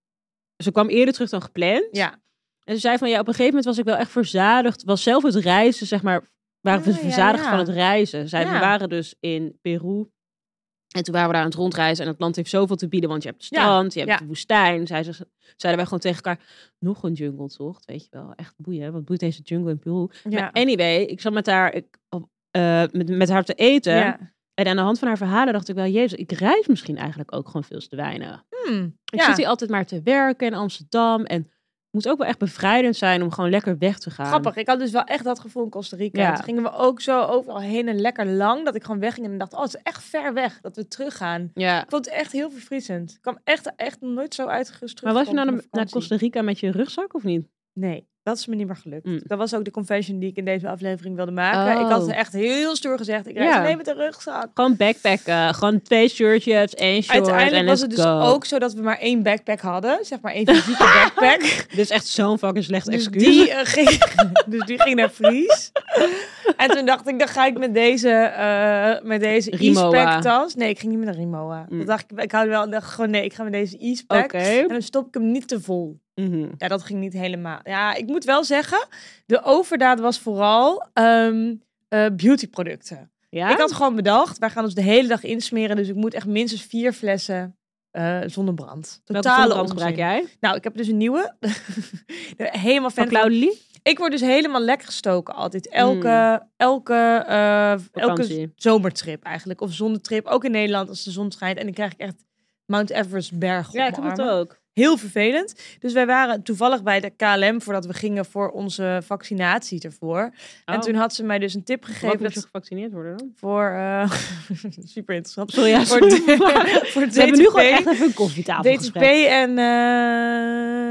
Speaker 1: ze kwam eerder terug dan gepland.
Speaker 2: ja.
Speaker 1: En ze zei van ja, op een gegeven moment was ik wel echt verzadigd. Was zelf het reizen, zeg maar, waren we
Speaker 2: Ah, ja,
Speaker 1: verzadigd
Speaker 2: ja.
Speaker 1: van het reizen. Zij,
Speaker 2: Ja.
Speaker 1: We waren dus in Peru. En toen waren we daar aan het rondreizen. En het land heeft zoveel te bieden, want je hebt het strand, je hebt
Speaker 2: ja.
Speaker 1: de woestijn. Zij ze, zeiden wij gewoon tegen elkaar, nog een jungletocht, weet je wel. Echt boeien, wat boeit deze jungle in Peru?
Speaker 2: Ja.
Speaker 1: Anyway, ik zat met haar, ik, eh, met, met haar te eten.
Speaker 2: ja.
Speaker 1: En aan de hand van haar verhalen dacht ik wel, jezus, ik reis misschien eigenlijk ook gewoon veel te weinig.
Speaker 2: Hmm,
Speaker 1: Ik
Speaker 2: ja.
Speaker 1: zit hier altijd maar te werken in Amsterdam en het moet ook wel echt bevrijdend zijn om gewoon lekker weg te gaan.
Speaker 2: Grappig, ik had dus wel echt dat gevoel in Costa Rica.
Speaker 1: Ja.
Speaker 2: Toen gingen we ook zo overal heen en lekker lang. Dat ik gewoon wegging en dacht, oh, het is echt ver weg dat we teruggaan.
Speaker 1: Ja.
Speaker 2: Ik vond het echt heel verfrissend. Ik kwam echt, echt nog nooit zo uitgerust
Speaker 1: Maar was je
Speaker 2: terug
Speaker 1: nou
Speaker 2: van
Speaker 1: naar, naar
Speaker 2: vakantie.
Speaker 1: Costa Rica met je rugzak of niet?
Speaker 2: Nee, dat is me niet meer gelukt.
Speaker 1: Mm.
Speaker 2: Dat was ook de confession die ik in deze aflevering wilde maken. Ik had
Speaker 1: Oh.
Speaker 2: echt heel stoer gezegd, ik reis
Speaker 1: Ja.
Speaker 2: alleen met een rugzak.
Speaker 1: Gewoon backpacken, gewoon twee shirtjes, één short en
Speaker 2: Uiteindelijk
Speaker 1: let's
Speaker 2: was het dus
Speaker 1: go.
Speaker 2: ook zo dat we maar één backpack hadden. Zeg maar één
Speaker 1: [LAUGHS]
Speaker 2: fysieke backpack.
Speaker 1: Dit is echt zo'n fucking slecht
Speaker 2: Dus
Speaker 1: excuus.
Speaker 2: die, eh, ging, [LAUGHS] dus die ging naar Fries. En toen dacht ik, dan ga ik met deze, eh met deze
Speaker 1: Rimowa.
Speaker 2: e-spec tas. Nee, ik ging niet met een Rimowa.
Speaker 1: Mm.
Speaker 2: Dat dacht ik, ik hou wel, dacht gewoon nee, ik ga met deze
Speaker 1: Oké.
Speaker 2: e-spec. En dan stop ik hem niet te vol.
Speaker 1: Mhm.
Speaker 2: Ja, dat ging niet helemaal. Ja, ik moet wel zeggen, de overdaad was vooral ehm eh, beautyproducten.
Speaker 1: Ja?
Speaker 2: Ik had gewoon bedacht, wij gaan ons de hele dag insmeren, dus ik moet echt minstens vier flessen eh zonnebrand.
Speaker 1: Welke
Speaker 2: Totale
Speaker 1: zonnebrand gebruik
Speaker 2: onzin.
Speaker 1: jij?
Speaker 2: Nou, ik heb dus een nieuwe. [LAUGHS] helemaal
Speaker 1: Van
Speaker 2: fan van.
Speaker 1: Claudie?
Speaker 2: Ik word dus helemaal lek gestoken altijd. Elke, elke, eh, elke
Speaker 1: Hmm. Vakantie.
Speaker 2: zomertrip eigenlijk. Of zonnetrip. Ook in Nederland als de zon schijnt. En dan krijg ik echt Mount Everest berg op
Speaker 1: Ja, ik
Speaker 2: mijn
Speaker 1: heb dat
Speaker 2: armen.
Speaker 1: ook.
Speaker 2: Heel vervelend. Dus wij waren toevallig bij de KLM voordat we gingen voor onze vaccinatie ervoor. En
Speaker 1: Oh.
Speaker 2: toen had ze mij dus een tip
Speaker 1: Wat
Speaker 2: gegeven
Speaker 1: moet je
Speaker 2: dat
Speaker 1: gevaccineerd worden dan?
Speaker 2: voor eh, [LAUGHS] super interessant.
Speaker 1: Sorry, ja,
Speaker 2: voor,
Speaker 1: sorry.
Speaker 2: de- voor
Speaker 1: We hebben nu
Speaker 2: DTP
Speaker 1: gewoon echt even een
Speaker 2: DTP
Speaker 1: koffietafelgesprek.
Speaker 2: en eh,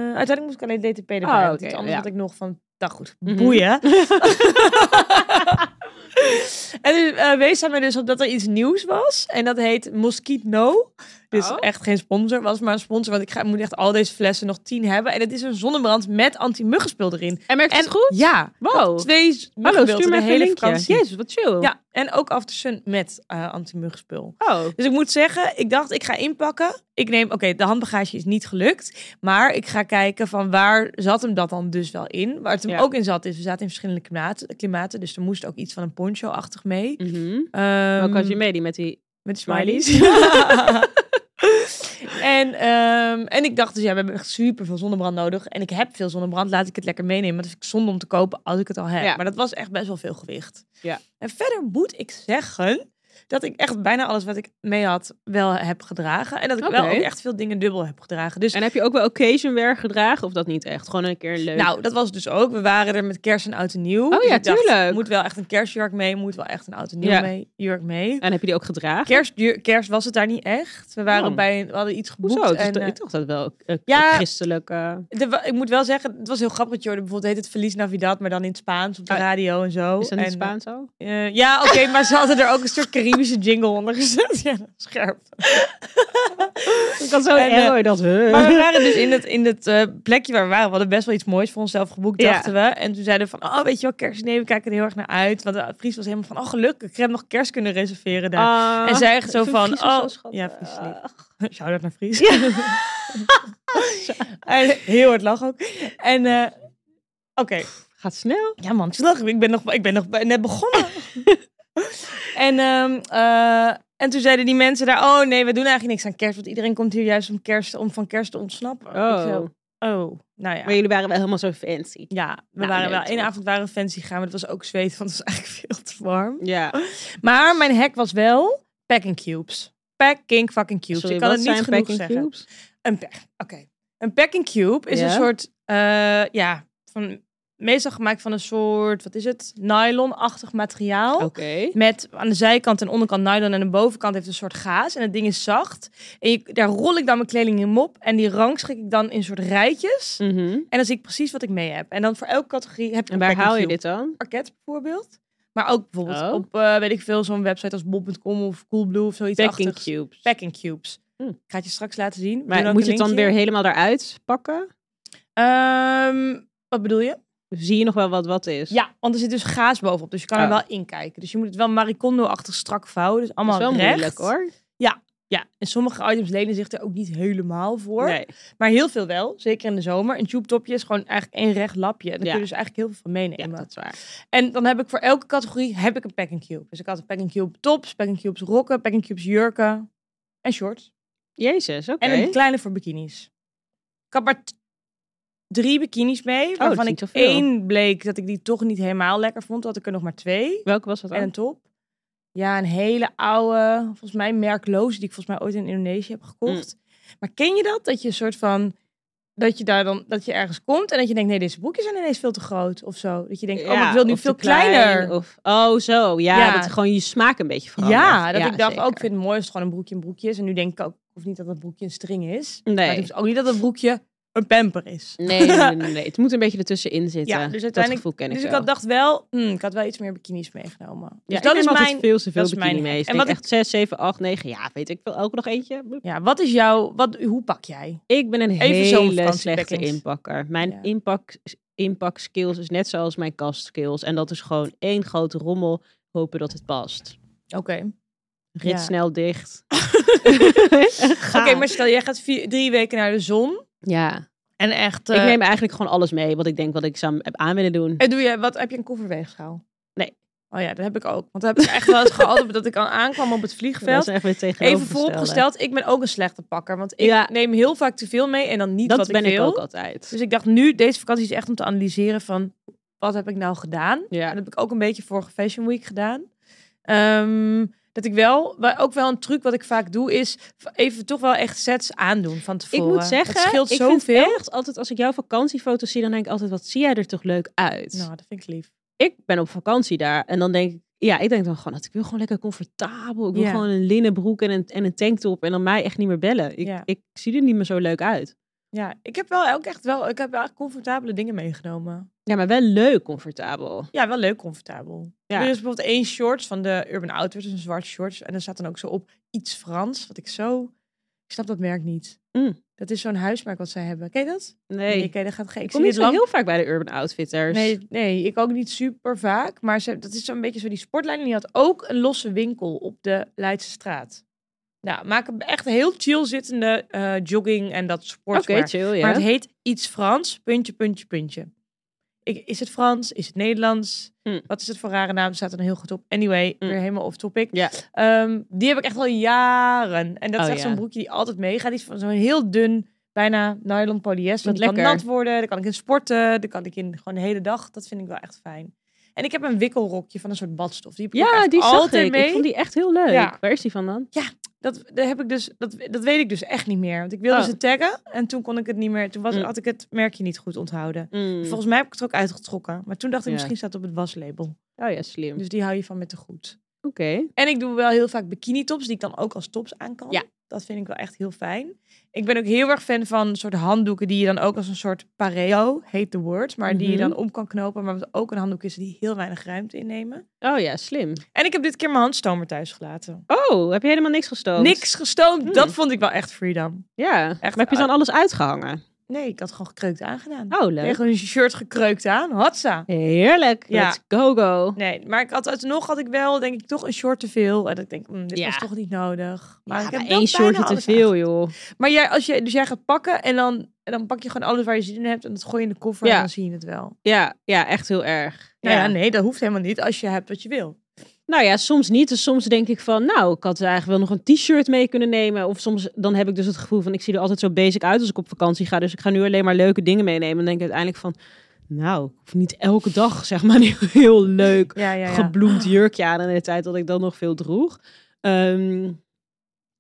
Speaker 2: uiteindelijk moest ik alleen DTP erbij.
Speaker 1: Oh,
Speaker 2: want
Speaker 1: oké,
Speaker 2: iets anders
Speaker 1: ja.
Speaker 2: had ik nog van, nou goed,
Speaker 1: Mhm. [LAUGHS]
Speaker 2: boeien. [LAUGHS] en dus, eh, wees aan mij dus op dat er iets nieuws was. En dat heet Mosquito No. Dus
Speaker 1: Oh.
Speaker 2: echt geen sponsor, was maar een sponsor. Want ik ga, moet echt al deze flessen nog tien hebben. En het is een zonnebrand met anti-muggenspul erin.
Speaker 1: En merkt je
Speaker 2: En-
Speaker 1: het goed?
Speaker 2: Ja,
Speaker 1: Wow.
Speaker 2: twee
Speaker 1: Hallo,
Speaker 2: muggenbeelden
Speaker 1: stuur
Speaker 2: de
Speaker 1: me even een
Speaker 2: hele
Speaker 1: linkje.
Speaker 2: vakantie.
Speaker 1: Jezus, wat chill.
Speaker 2: Ja, en ook After Sun met eh anti-muggenspul.
Speaker 1: Oh.
Speaker 2: Dus ik moet zeggen, ik dacht ik ga inpakken. Ik neem, oké, de handbagage is niet gelukt. Maar ik ga kijken van waar zat hem dat dan dus wel in. Waar het hem
Speaker 1: Ja.
Speaker 2: ook in zat is, we zaten in verschillende klimaten. klimaten dus er moest ook iets van een poncho-achtig mee.
Speaker 1: Mhm.
Speaker 2: Ehm,
Speaker 1: Welke had je mee, die met die...
Speaker 2: Met
Speaker 1: smileys? [LAUGHS]
Speaker 2: smileys. en, ehm, en ik dacht dus, ja, we hebben echt super veel zonnebrand nodig. En ik heb veel zonnebrand, laat ik het lekker meenemen. Want dat vind ik zonde om te kopen als ik het al heb.
Speaker 1: Ja.
Speaker 2: Maar dat was echt best wel veel gewicht.
Speaker 1: Ja.
Speaker 2: En verder moet ik zeggen dat ik echt bijna alles wat ik mee had wel heb gedragen. En dat ik wel
Speaker 1: Oké.
Speaker 2: ook echt veel dingen dubbel heb gedragen. Dus
Speaker 1: En heb je ook wel occasion wear gedragen? Of dat niet echt? Gewoon een keer een leuk...
Speaker 2: nou, dat was dus ook. We waren er met kerst en oud en nieuw. Dus
Speaker 1: Oh ja,
Speaker 2: ik dacht,
Speaker 1: tuurlijk.
Speaker 2: moet wel echt een kerstjurk mee. Moet wel echt een oud en nieuw
Speaker 1: Ja.
Speaker 2: mee, jurk mee.
Speaker 1: En heb je die ook gedragen?
Speaker 2: Kerst, ju- kerst was het daar niet echt. We waren
Speaker 1: Oh.
Speaker 2: bij, we hadden iets geboekt.
Speaker 1: Hoezo? Het is
Speaker 2: en,
Speaker 1: toch-
Speaker 2: eh,
Speaker 1: ik dacht dat wel eh,
Speaker 2: ja.
Speaker 1: christelijk... eh,
Speaker 2: de- wa- ik moet wel zeggen, het was heel grappig. dat Je hoorde bijvoorbeeld heet het Feliz Navidad, maar dan in het Spaans op de
Speaker 1: Ah,
Speaker 2: radio en zo.
Speaker 1: is dat niet
Speaker 2: En,
Speaker 1: Spaans al?
Speaker 2: eh, ja, oké, [LAUGHS] maar ze hadden er ook een soort Caribische jingle onder gezet. [LAUGHS] Ja, scherp.
Speaker 1: Ik kan zo
Speaker 2: En, eh,
Speaker 1: erg dat... hè.
Speaker 2: [LAUGHS] Maar we waren dus in het, in het eh, plekje waar we waren. We hadden best wel iets moois voor onszelf geboekt,
Speaker 1: Ja.
Speaker 2: dachten we. En toen zeiden we van, oh, weet je wel, kerst? Nee, we kijken er heel erg naar uit. Want de Fries was helemaal van, oh, gelukkig. Ik heb nog kerst kunnen reserveren daar.
Speaker 1: Ah.
Speaker 2: en zij echt zo
Speaker 1: Ik vind
Speaker 2: van,
Speaker 1: Fries
Speaker 2: oh,
Speaker 1: zo Ah. schattig.
Speaker 2: ja, Fries lief.
Speaker 1: Ach,
Speaker 2: [LAUGHS] Shout-out naar Fries. [LAUGHS] En heel hard lach ook. En eh, oké.
Speaker 1: Gaat snel.
Speaker 2: Ja man, het is lach. Ik ben nog, ik ben nog be- net
Speaker 1: [LAUGHS]
Speaker 2: begonnen. en, ehm, eh, en toen zeiden die mensen daar... Oh nee, we doen eigenlijk niks aan kerst. Want iedereen komt hier juist om, kerst, om van kerst te ontsnappen.
Speaker 1: Oh.
Speaker 2: Ik zo, oh, nou ja.
Speaker 1: Maar jullie waren wel helemaal zo fancy.
Speaker 2: Ja, we
Speaker 1: Nou,
Speaker 2: waren
Speaker 1: nee,
Speaker 2: wel... één
Speaker 1: toch.
Speaker 2: avond waren we fancy gegaan, maar het was ook zweet. Want het was eigenlijk [LAUGHS] veel te warm.
Speaker 1: Ja.
Speaker 2: Maar mijn hack was wel packing cubes. Packing fucking cubes.
Speaker 1: Sorry,
Speaker 2: ik kan
Speaker 1: wat
Speaker 2: het niet
Speaker 1: zijn
Speaker 2: genoeg
Speaker 1: packing
Speaker 2: zeggen.
Speaker 1: cubes?
Speaker 2: Een pack. Oké. Een packing cube is
Speaker 1: Ja.
Speaker 2: een soort, eh, ja, van, meestal gemaakt van een soort, wat is het? Nylon-achtig materiaal.
Speaker 1: Oké.
Speaker 2: Met aan de zijkant en onderkant nylon en aan de bovenkant heeft een soort gaas. En het ding is zacht. En je, daar rol ik dan mijn kleding in op. En die rangschik ik dan in soort rijtjes.
Speaker 1: Mhm.
Speaker 2: En dan zie ik precies wat ik mee heb. En dan voor elke categorie heb ik
Speaker 1: En
Speaker 2: een
Speaker 1: waar
Speaker 2: packing
Speaker 1: haal je
Speaker 2: cube.
Speaker 1: dit dan?
Speaker 2: Parket bijvoorbeeld. Maar ook bijvoorbeeld
Speaker 1: Oh.
Speaker 2: op, eh, weet ik veel, zo'n website als bob.com of Coolblue of zoiets
Speaker 1: Packing
Speaker 2: achtigs.
Speaker 1: cubes.
Speaker 2: Packing cubes.
Speaker 1: Hm.
Speaker 2: Ik ga het je straks laten zien. We doen
Speaker 1: Maar
Speaker 2: ook
Speaker 1: moet
Speaker 2: een
Speaker 1: je het dan
Speaker 2: linkje.
Speaker 1: weer helemaal eruit pakken?
Speaker 2: Ehm, wat bedoel je?
Speaker 1: Zie je nog wel wat wat is?
Speaker 2: Ja, want er zit dus gaas bovenop, dus je kan er
Speaker 1: Oh.
Speaker 2: wel in kijken. Dus je moet het wel maricondo-achtig strak vouwen, dus
Speaker 1: Dat
Speaker 2: allemaal
Speaker 1: is wel
Speaker 2: recht.
Speaker 1: moeilijk hoor.
Speaker 2: Ja, en sommige items lenen zich er ook niet helemaal voor,
Speaker 1: Nee.
Speaker 2: maar heel veel wel, zeker in de zomer. Een tube topje is gewoon eigenlijk één recht lapje. En daar
Speaker 1: Ja.
Speaker 2: kun je dus eigenlijk heel veel van
Speaker 1: Ja,
Speaker 2: meenemen.
Speaker 1: dat is waar.
Speaker 2: En dan heb ik voor elke categorie heb ik een packing cube. Dus ik had een packing cube tops, packing cubes rokken, packing cubes jurken en shorts.
Speaker 1: Jezus, oké.
Speaker 2: En een kleine voor bikinis. Ik had maar t- drie bikinis mee,
Speaker 1: Oh, dat is
Speaker 2: waarvan
Speaker 1: niet
Speaker 2: ik
Speaker 1: zoveel.
Speaker 2: één bleek dat ik die toch niet helemaal lekker vond. Toen had ik er nog maar twee
Speaker 1: Welke was dat
Speaker 2: en een
Speaker 1: dan?
Speaker 2: top. Ja, een hele oude, volgens mij merkloze, die ik volgens mij ooit in Indonesië heb gekocht.
Speaker 1: Mm.
Speaker 2: Maar ken je dat? Dat je een soort van, dat je daar dan, dat je ergens komt en dat je denkt, nee, deze boekjes zijn ineens veel te groot of zo. Dat je denkt, oh, maar ik wil nu
Speaker 1: of te
Speaker 2: veel
Speaker 1: klein,
Speaker 2: kleiner.
Speaker 1: of, oh, zo. Ja,
Speaker 2: Ja.
Speaker 1: dat het gewoon je smaak een beetje verandert.
Speaker 2: Ja, dat ik dacht,
Speaker 1: zeker.
Speaker 2: ook ik vind het mooi als het gewoon een broekje in broekjes. En nu denk ik ook, ik hoef niet dat dat broekje een string is.
Speaker 1: Nee.
Speaker 2: Maar ik hoef ook niet dat dat broekje een pamper is.
Speaker 1: Nee,
Speaker 2: [LAUGHS]
Speaker 1: nee, nee, nee. Het moet een beetje ertussenin zitten.
Speaker 2: Ja, dus
Speaker 1: dat
Speaker 2: uiteindelijk-
Speaker 1: gevoel ken ik
Speaker 2: dus ik
Speaker 1: wel.
Speaker 2: had dacht wel, hmm, ik had wel iets meer bikinis meegenomen. Dus
Speaker 1: ja,
Speaker 2: dat is
Speaker 1: altijd
Speaker 2: mijn...
Speaker 1: veel te veel
Speaker 2: dat is mijn
Speaker 1: bikini mee.
Speaker 2: hack.
Speaker 1: Ik
Speaker 2: En
Speaker 1: denk
Speaker 2: wat ik-
Speaker 1: echt 6, 7, 8, 9. Ja, weet ik veel. Elke nog eentje.
Speaker 2: Ja, wat is jouw... Wat, hoe pak jij?
Speaker 1: Ik ben een
Speaker 2: Even
Speaker 1: hele
Speaker 2: zomervakantie
Speaker 1: slechte
Speaker 2: packings.
Speaker 1: inpakker. Mijn
Speaker 2: Ja.
Speaker 1: inpak, inpak skills is net zoals mijn kast skills. En dat is gewoon één grote rommel. Hopen dat het past.
Speaker 2: Oké.
Speaker 1: Rit
Speaker 2: Ja.
Speaker 1: snel
Speaker 2: [LAUGHS]
Speaker 1: dicht.
Speaker 2: Oké, maar stel, jij gaat vier, drie weken naar de zon.
Speaker 1: Ja,
Speaker 2: En echt...
Speaker 1: ik
Speaker 2: eh,
Speaker 1: neem eigenlijk gewoon alles mee. Wat ik denk wat ik zou heb aan willen doen.
Speaker 2: En doe je, wat, heb je een kofferweegschaal?
Speaker 1: Nee.
Speaker 2: Oh ja, dat heb ik ook. Want dat heb ik echt wel eens gehad [LAUGHS] dat ik al aankwam op het
Speaker 1: Dat
Speaker 2: vliegveld.
Speaker 1: is echt weer tegenovergestelde.
Speaker 2: Even vooropgesteld, ik ben ook een slechte pakker. Want ik
Speaker 1: Ja.
Speaker 2: neem heel vaak te veel mee en dan niet
Speaker 1: Dat
Speaker 2: wat
Speaker 1: ben
Speaker 2: ik
Speaker 1: ik,
Speaker 2: wil.
Speaker 1: ook altijd.
Speaker 2: Dus ik dacht nu, deze vakantie is echt om te analyseren van... wat heb ik nou gedaan?
Speaker 1: ja.
Speaker 2: Dat heb ik ook een beetje vorige Fashion Week gedaan. Ehm, dat ik wel, maar ook wel een truc wat ik vaak doe, is even toch wel echt sets aandoen van
Speaker 1: Ik
Speaker 2: tevoren.
Speaker 1: moet zeggen,
Speaker 2: eh, het scheelt
Speaker 1: ik
Speaker 2: zoveel.
Speaker 1: vind echt altijd als ik jouw vakantiefoto's zie, dan denk ik altijd, wat zie jij er toch leuk uit?
Speaker 2: Nou, dat vind ik lief.
Speaker 1: Ik ben op vakantie daar en dan denk ik, ja, ik denk dan gewoon, dat ik wil gewoon lekker comfortabel. Ik wil
Speaker 2: Ja.
Speaker 1: gewoon een linnen broek en een, en een tanktop en dan mij echt niet meer bellen. Ik,
Speaker 2: Ja.
Speaker 1: ik zie er niet meer zo leuk uit.
Speaker 2: Ja, ik heb wel ook echt wel, ik heb wel echt comfortabele dingen meegenomen.
Speaker 1: Ja, maar wel leuk comfortabel.
Speaker 2: Ja, wel leuk comfortabel.
Speaker 1: Ja.
Speaker 2: Er is bijvoorbeeld één shorts van de Urban Outfitters, een zwart shorts. En er staat dan ook zo op iets Frans, wat ik zo... Ik snap dat merk niet.
Speaker 1: Mm.
Speaker 2: Dat is zo'n huismerk wat zij hebben. Ken je dat?
Speaker 1: Nee,
Speaker 2: Oké, dat gaat geen...
Speaker 1: ik
Speaker 2: Ik
Speaker 1: kom
Speaker 2: zie
Speaker 1: niet
Speaker 2: dit
Speaker 1: zo
Speaker 2: lang
Speaker 1: heel vaak bij de Urban Outfitters.
Speaker 2: Nee, nee, ik ook niet super vaak. Maar ze, dat is zo'n beetje zo die sportlijn. En die had ook een losse winkel op de Leidse straat. Nou, maken echt heel chill zittende eh, jogging en dat
Speaker 1: Oké,
Speaker 2: sportwear.
Speaker 1: chill,
Speaker 2: Maar het
Speaker 1: ja.
Speaker 2: heet iets Frans, puntje, puntje, puntje. Ik, is het Frans? Is het Nederlands?
Speaker 1: Mm.
Speaker 2: Wat is het voor rare naam? Staat er heel goed op. Anyway,
Speaker 1: Mm.
Speaker 2: weer helemaal off topic.
Speaker 1: Ja.
Speaker 2: Ehm, die heb ik echt al jaren. En dat
Speaker 1: Oh,
Speaker 2: is echt
Speaker 1: ja.
Speaker 2: zo'n broekje die altijd meegaat. Die is van zo'n heel dun, bijna nylon polyester.
Speaker 1: Wat
Speaker 2: Die kan
Speaker 1: lekker.
Speaker 2: nat worden, daar kan ik in sporten, daar kan ik in gewoon de hele dag. Dat vind ik wel echt fijn. En ik heb een wikkelrokje van een soort badstof. Die heb ik ook
Speaker 1: Ja,
Speaker 2: echt
Speaker 1: die zag
Speaker 2: altijd
Speaker 1: ik.
Speaker 2: mee.
Speaker 1: Ik vond die echt heel leuk.
Speaker 2: Ja.
Speaker 1: Waar is die van dan?
Speaker 2: Dat, dat, heb ik dus, dat, dat weet ik dus echt niet meer. Want ik wilde
Speaker 1: Oh.
Speaker 2: ze taggen en toen kon ik het niet meer. Toen was,
Speaker 1: Mm.
Speaker 2: had ik het merkje niet goed onthouden.
Speaker 1: Mm.
Speaker 2: Volgens mij heb ik het er ook uitgetrokken. Maar toen dacht ik,
Speaker 1: Ja.
Speaker 2: misschien staat het op het waslabel.
Speaker 1: Oh ja, slim. Oké.
Speaker 2: Dus die hou je van met de goed. En ik doe wel heel vaak bikini tops, die ik dan ook als tops aan kan.
Speaker 1: Ja.
Speaker 2: Dat vind ik wel echt heel fijn. Ik ben ook heel erg fan van soort handdoeken die je dan ook als een soort pareo, heet de word, maar die je
Speaker 1: Mhm.
Speaker 2: dan om kan knopen, maar wat ook een handdoek is die heel weinig ruimte innemen.
Speaker 1: Oh ja, slim.
Speaker 2: En ik heb dit keer mijn handstomer thuis gelaten.
Speaker 1: Oh, heb je helemaal niks gestoomd?
Speaker 2: Niks gestoomd,
Speaker 1: Hmm.
Speaker 2: dat vond ik wel echt freedom.
Speaker 1: Ja.
Speaker 2: Echt,
Speaker 1: maar heb je dan alles uitgehangen?
Speaker 2: Nee, ik had gewoon gekreukt aangedaan.
Speaker 1: Oh,
Speaker 2: Nee,
Speaker 1: leuk.
Speaker 2: gewoon een shirt gekreukt aan, hatsa.
Speaker 1: Heerlijk.
Speaker 2: Ja.
Speaker 1: Let's go go.
Speaker 2: Nee, maar ik had alsnog had ik wel, denk ik, toch een short te veel. En dat ik denk, mm, dit
Speaker 1: Ja.
Speaker 2: was toch niet nodig. Maar
Speaker 1: Ja,
Speaker 2: ik heb wel
Speaker 1: één shortje
Speaker 2: bijna
Speaker 1: te
Speaker 2: alles
Speaker 1: veel, joh.
Speaker 2: Maar jij, als je, dus jij gaat pakken en dan, en dan pak je gewoon alles waar je zin in hebt en dat gooi je in de koffer
Speaker 1: Ja.
Speaker 2: en dan zie je het wel.
Speaker 1: Ja, ja, echt heel erg.
Speaker 2: Nou ja, nee, dat hoeft helemaal niet als je hebt wat je wil.
Speaker 1: Nou ja, soms niet. Dus soms denk ik van, nou, ik had eigenlijk wel nog een t-shirt mee kunnen nemen. Of soms dan heb ik dus het gevoel van, ik zie er altijd zo basic uit als ik op vakantie ga. Dus ik ga nu alleen maar leuke dingen meenemen. En dan denk ik uiteindelijk van, nou, ik hoef niet elke dag, zeg maar, [LAUGHS] een heel leuk
Speaker 2: Ja, ja, ja.
Speaker 1: gebloemd jurkje aan in de tijd dat ik dan nog veel droeg. Ehm,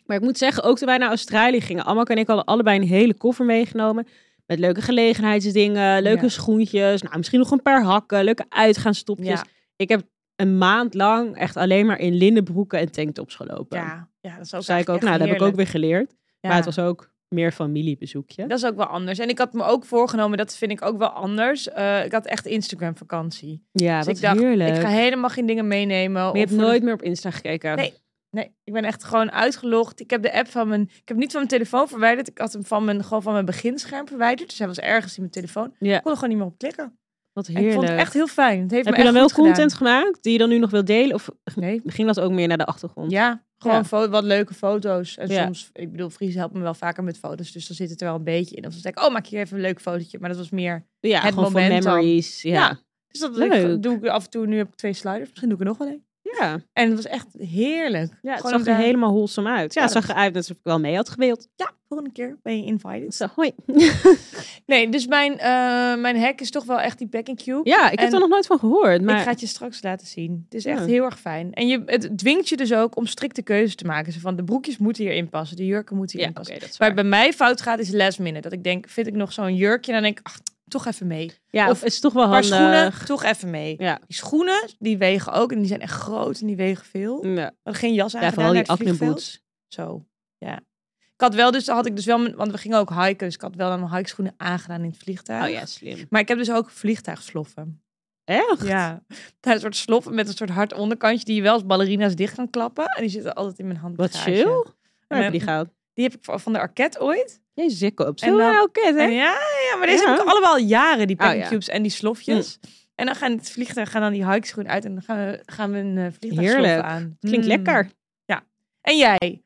Speaker 1: maar ik moet zeggen, ook toen wij naar Australië gingen, Amak en ik hadden allebei een hele koffer meegenomen. Met leuke gelegenheidsdingen, leuke
Speaker 2: Ja.
Speaker 1: schoentjes, nou, misschien nog een paar hakken, leuke uitgaanstopjes.
Speaker 2: Ja,
Speaker 1: Ik heb een maand lang echt alleen maar in linnenbroeken en tanktops gelopen.
Speaker 2: ja, ja, dat is ook
Speaker 1: zei ik ook,
Speaker 2: eigenlijk
Speaker 1: nou, dat
Speaker 2: echt
Speaker 1: heb ik ook
Speaker 2: heerlijk.
Speaker 1: weer geleerd.
Speaker 2: Ja.
Speaker 1: Maar het was ook meer familiebezoekje.
Speaker 2: Dat is ook wel anders. En ik had me ook voorgenomen, dat vind ik ook wel anders. Eh, ik had echt Instagram vakantie.
Speaker 1: ja,
Speaker 2: dus
Speaker 1: wat
Speaker 2: ik dacht,
Speaker 1: heerlijk.
Speaker 2: ik ga helemaal geen dingen meenemen.
Speaker 1: maar je hebt
Speaker 2: of-
Speaker 1: nooit meer op Insta gekeken.
Speaker 2: Nee. Nee, ik ben echt gewoon uitgelogd. Ik heb de app van mijn... Ik heb niet van mijn telefoon verwijderd. Ik had hem van mijn, gewoon van mijn beginscherm verwijderd. Dus hij was ergens in mijn telefoon.
Speaker 1: Ja.
Speaker 2: Ik kon er gewoon niet meer op klikken.
Speaker 1: Wat
Speaker 2: En
Speaker 1: heerlijk.
Speaker 2: Ik vond het echt heel fijn. Het heeft
Speaker 1: heb
Speaker 2: me
Speaker 1: je dan
Speaker 2: echt
Speaker 1: wel
Speaker 2: goed gedaan.
Speaker 1: content gemaakt die je dan nu nog wilt delen? Of
Speaker 2: Nee.
Speaker 1: ging dat ook meer naar de achtergrond?
Speaker 2: Ja, gewoon
Speaker 1: Ja.
Speaker 2: fo- wat leuke foto's. En
Speaker 1: Ja.
Speaker 2: soms, ik bedoel, Fries helpt me wel vaker met foto's. Dus dan zit het er wel een beetje in. Of ze zeggen, oh, maak hier even een leuk fotootje. Maar dat was meer...
Speaker 1: Ja,
Speaker 2: Het
Speaker 1: gewoon voor
Speaker 2: moment dan.
Speaker 1: memories. Ja.
Speaker 2: Ja. Dus dat ik-
Speaker 1: Leuk.
Speaker 2: doe ik af en toe. Nu heb ik twee sliders. Misschien doe ik er nog wel een.
Speaker 1: Ja. Ja,
Speaker 2: En het was echt heerlijk.
Speaker 1: ja het
Speaker 2: Gewoon
Speaker 1: zag
Speaker 2: om
Speaker 1: er
Speaker 2: daar-
Speaker 1: helemaal wholesome uit. Ja,
Speaker 2: Ja,
Speaker 1: het zag eruit alsof ik wel mee had gewild.
Speaker 2: Ja, volgende keer ben je invited.
Speaker 1: Zo, hoi.
Speaker 2: Nee, dus mijn, eh, mijn hack is toch wel echt die back and cube.
Speaker 1: Ja, ik heb
Speaker 2: En-
Speaker 1: er nog nooit van gehoord. Maar
Speaker 2: Ik ga het je straks laten zien. Het is echt
Speaker 1: Ja.
Speaker 2: heel erg fijn. En je, het dwingt je dus ook om strikte keuzes te maken. Zo van, de broekjes moeten hierin passen, de jurken moeten
Speaker 1: ja,
Speaker 2: hierin
Speaker 1: oké,
Speaker 2: passen.
Speaker 1: dat is
Speaker 2: Waar
Speaker 1: waar.
Speaker 2: het bij mij fout gaat is last minute. Dat ik denk, vind ik nog zo'n jurkje? En dan denk ik, ach, toch even mee.
Speaker 1: Ja,
Speaker 2: of
Speaker 1: of het is toch wel
Speaker 2: Maar
Speaker 1: handig.
Speaker 2: schoenen, toch even mee.
Speaker 1: Ja.
Speaker 2: Die schoenen, die wegen ook. En die zijn echt groot en die wegen veel.
Speaker 1: Ja,
Speaker 2: Had geen jas aan.
Speaker 1: Mm. ja vooral die acne
Speaker 2: boots.
Speaker 1: boots.
Speaker 2: Zo, ja. Ik had wel dus, had ik dus wel, mijn- want we gingen ook hiken. Dus ik had wel aan mijn hikeschoenen aangedaan in het vliegtuig.
Speaker 1: Oh ja, slim.
Speaker 2: Maar ik heb dus ook vliegtuigsloffen.
Speaker 1: Echt?
Speaker 2: Ja. Daar een soort sloffen met een soort hard onderkantje die je wel als ballerina's dicht kan klappen. En die zitten altijd in mijn hand.
Speaker 1: Wat chill. Waar heb
Speaker 2: mijn-
Speaker 1: je die gehaald?
Speaker 2: Die heb ik van van de Arket ooit.
Speaker 1: Jezus, ik op.
Speaker 2: En
Speaker 1: Zo
Speaker 2: dan-
Speaker 1: wel kut,
Speaker 2: En
Speaker 1: hè?
Speaker 2: ja, ja, maar deze
Speaker 1: Ja.
Speaker 2: heb ik allemaal al jaren, die
Speaker 1: Oh, ja. Mm.
Speaker 2: packing cubes en die slofjes. En dan gaan het vliegtuig, gaan dan die hikeschoen uit en dan gaan we, gaan we een eh, vliegtuigsloffen
Speaker 1: Heerlijk.
Speaker 2: aan.
Speaker 1: Klinkt
Speaker 2: Mm.
Speaker 1: lekker.
Speaker 2: En jij?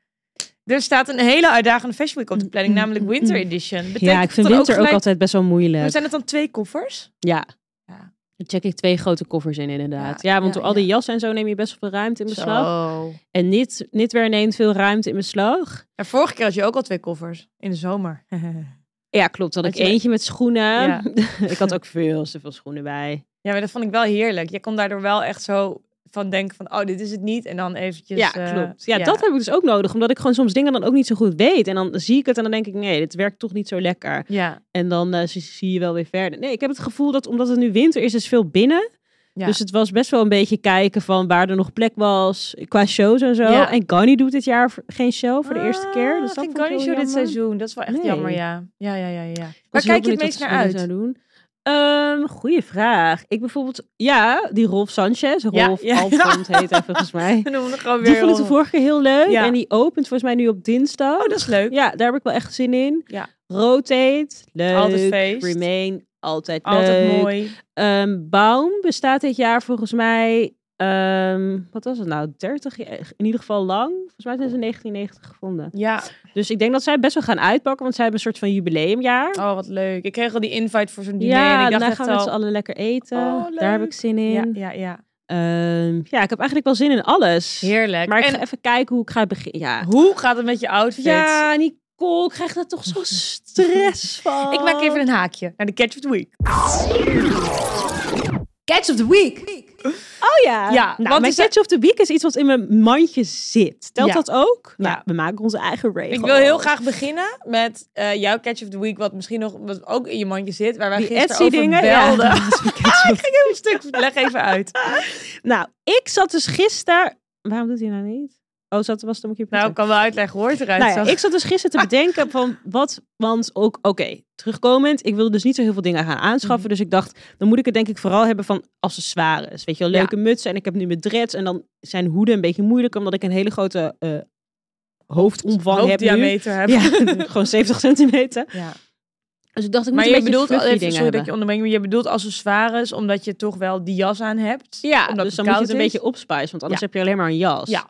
Speaker 2: Er staat een hele uitdagende Fashion Week op de planning,
Speaker 1: Mm,
Speaker 2: namelijk
Speaker 1: mm,
Speaker 2: Winter
Speaker 1: mm.
Speaker 2: Edition. Betekent
Speaker 1: Ja, ik vind
Speaker 2: dat
Speaker 1: winter
Speaker 2: dan
Speaker 1: ook
Speaker 2: gelijk-
Speaker 1: altijd best wel moeilijk.
Speaker 2: Maar zijn het dan twee koffers?
Speaker 1: Ja.
Speaker 2: Ja.
Speaker 1: Dan check ik twee grote koffers in, inderdaad.
Speaker 2: Ja,
Speaker 1: Ja, want
Speaker 2: ja,
Speaker 1: door al die
Speaker 2: ja.
Speaker 1: jassen en zo neem je best wel veel ruimte in beslag.
Speaker 2: Zo.
Speaker 1: En niet, niet weer neemt veel ruimte in beslag.
Speaker 2: En vorige keer had je ook al twee koffers in de zomer. [LAUGHS]
Speaker 1: Ja, klopt. Had ik
Speaker 2: Had je-
Speaker 1: eentje met schoenen.
Speaker 2: Ja.
Speaker 1: [LAUGHS] ik had ook veel te veel schoenen bij.
Speaker 2: ja, maar dat vond ik wel heerlijk. Je kon daardoor wel echt zo van denken van, oh, dit is het niet. En dan eventjes...
Speaker 1: ja,
Speaker 2: eh,
Speaker 1: klopt. Dus, Ja, dat heb ik dus ook nodig. Omdat ik gewoon soms dingen dan ook niet zo goed weet. En dan zie ik het en dan denk ik, nee, dit werkt toch niet zo lekker.
Speaker 2: Ja,
Speaker 1: En dan eh, zie, zie je wel weer verder. Nee, ik heb het gevoel dat omdat het nu winter is, is veel binnen.
Speaker 2: Ja.
Speaker 1: Dus het was best wel een beetje kijken van waar er nog plek was qua shows en zo.
Speaker 2: Ja.
Speaker 1: En Gani doet dit jaar v- geen show voor de eerste keer. Dus dat
Speaker 2: Ah, vind ik
Speaker 1: vond
Speaker 2: kan
Speaker 1: ik
Speaker 2: niet
Speaker 1: wel
Speaker 2: zo dit
Speaker 1: jammer.
Speaker 2: seizoen. Dat is wel echt
Speaker 1: Nee.
Speaker 2: jammer, ja. Ja, ja, ja, ja.
Speaker 1: Ik
Speaker 2: Waar
Speaker 1: was
Speaker 2: kijk
Speaker 1: heel
Speaker 2: je het
Speaker 1: benieuwd
Speaker 2: meest
Speaker 1: wat
Speaker 2: naar
Speaker 1: ze erin
Speaker 2: uit?
Speaker 1: zouden doen. Ehm, goeie vraag. Ik bijvoorbeeld, ja, die Rolf Sanchez.
Speaker 2: Ja,
Speaker 1: Rolf
Speaker 2: ja. [LAUGHS]
Speaker 1: Alphond heet hij volgens mij.
Speaker 2: We [LAUGHS] noemen het gewoon
Speaker 1: Die
Speaker 2: weer...
Speaker 1: vond ik de
Speaker 2: Rolf.
Speaker 1: vorige keer heel leuk.
Speaker 2: Ja.
Speaker 1: En die opent volgens mij nu op dinsdag.
Speaker 2: Oh, dat is leuk.
Speaker 1: Ja, daar heb ik wel echt zin in.
Speaker 2: Ja.
Speaker 1: Rotate, leuk.
Speaker 2: Altijd feest.
Speaker 1: Remain, altijd leuk.
Speaker 2: Altijd mooi.
Speaker 1: Ehm, Baum bestaat dit jaar volgens mij, ehm, wat was het nou, 30 jaar, in ieder geval lang. Volgens mij zijn ze 1990 gevonden.
Speaker 2: Ja,
Speaker 1: Dus ik denk dat zij best wel gaan uitpakken, want zij hebben een soort van jubileumjaar.
Speaker 2: oh wat leuk. Ik kreeg al die invite voor zo'n diner
Speaker 1: ja,
Speaker 2: en ik dacht
Speaker 1: daar
Speaker 2: echt
Speaker 1: gaan we
Speaker 2: al...
Speaker 1: met z'n allen lekker eten.
Speaker 2: Oh,
Speaker 1: daar heb ik
Speaker 2: leuk.
Speaker 1: zin in.
Speaker 2: ja,
Speaker 1: Ehm, Ja.
Speaker 2: ja, ja.
Speaker 1: ik heb eigenlijk wel zin in alles.
Speaker 2: Heerlijk.
Speaker 1: Maar ik
Speaker 2: en
Speaker 1: ga even kijken hoe ik ga beginnen. Ja.
Speaker 2: hoe gaat het met je outfit?
Speaker 1: ja, Nicole, ik krijg daar toch zo'n [LAUGHS] stress van.
Speaker 2: Ik maak even een haakje naar de Catch of the Week.
Speaker 3: Catch of the week.
Speaker 1: Oh ja.
Speaker 2: Ja,
Speaker 1: nou,
Speaker 2: want
Speaker 1: mijn
Speaker 2: is dat-
Speaker 1: catch of the week is iets wat in mijn mandje zit. Telt
Speaker 2: Ja.
Speaker 1: dat ook? Nou,
Speaker 2: Ja.
Speaker 1: we maken onze eigen regels.
Speaker 2: Ik wil heel graag beginnen met eh, jouw Catch of the Week, wat misschien nog wat ook in je mandje zit, waar wij
Speaker 1: die
Speaker 2: gisteren
Speaker 1: Etsy
Speaker 2: over
Speaker 1: dingen. [LAUGHS]
Speaker 2: belden.
Speaker 1: Ja, dat is mijn catch
Speaker 2: Ik
Speaker 1: of-
Speaker 2: ging even een stuk, leg even
Speaker 1: [LAUGHS]
Speaker 2: uit.
Speaker 1: nou, ik zat dus gisteren... Waarom doet hij nou niet? Oh, zat, was het op mijn computer?
Speaker 2: Nou, ik kan wel uitleggen hoort eruit
Speaker 1: Nou ja,
Speaker 2: zag.
Speaker 1: ik zat dus gisteren te bedenken van wat, want ook, oké, terugkomend, ik wilde dus niet zo heel veel dingen gaan aanschaffen. Dus ik dacht, dan moet ik het denk ik vooral hebben van accessoires. Weet je wel,
Speaker 2: Ja.
Speaker 1: leuke mutsen en ik heb nu mijn dreads en dan zijn hoeden een beetje moeilijk, omdat ik een hele grote eh, hoofdomvang heb nu.
Speaker 2: hoofddiameter
Speaker 1: [LAUGHS]
Speaker 2: heb.
Speaker 1: Ja, gewoon 70 centimeter.
Speaker 2: Ja.
Speaker 1: Dus ik dacht, ik
Speaker 2: Maar
Speaker 1: moet
Speaker 2: je
Speaker 1: een beetje
Speaker 2: bedoelt,
Speaker 1: fluffy
Speaker 2: oh, even,
Speaker 1: dingen
Speaker 2: sorry
Speaker 1: hebben.
Speaker 2: dat je onderbreekt, maar je bedoelt accessoires omdat je toch wel die jas aan hebt.
Speaker 1: Ja,
Speaker 2: omdat
Speaker 1: dus dan moet
Speaker 2: het
Speaker 1: je
Speaker 2: koud
Speaker 1: het een
Speaker 2: is.
Speaker 1: beetje opspijzen, want anders heb je alleen maar een jas.
Speaker 2: Ja.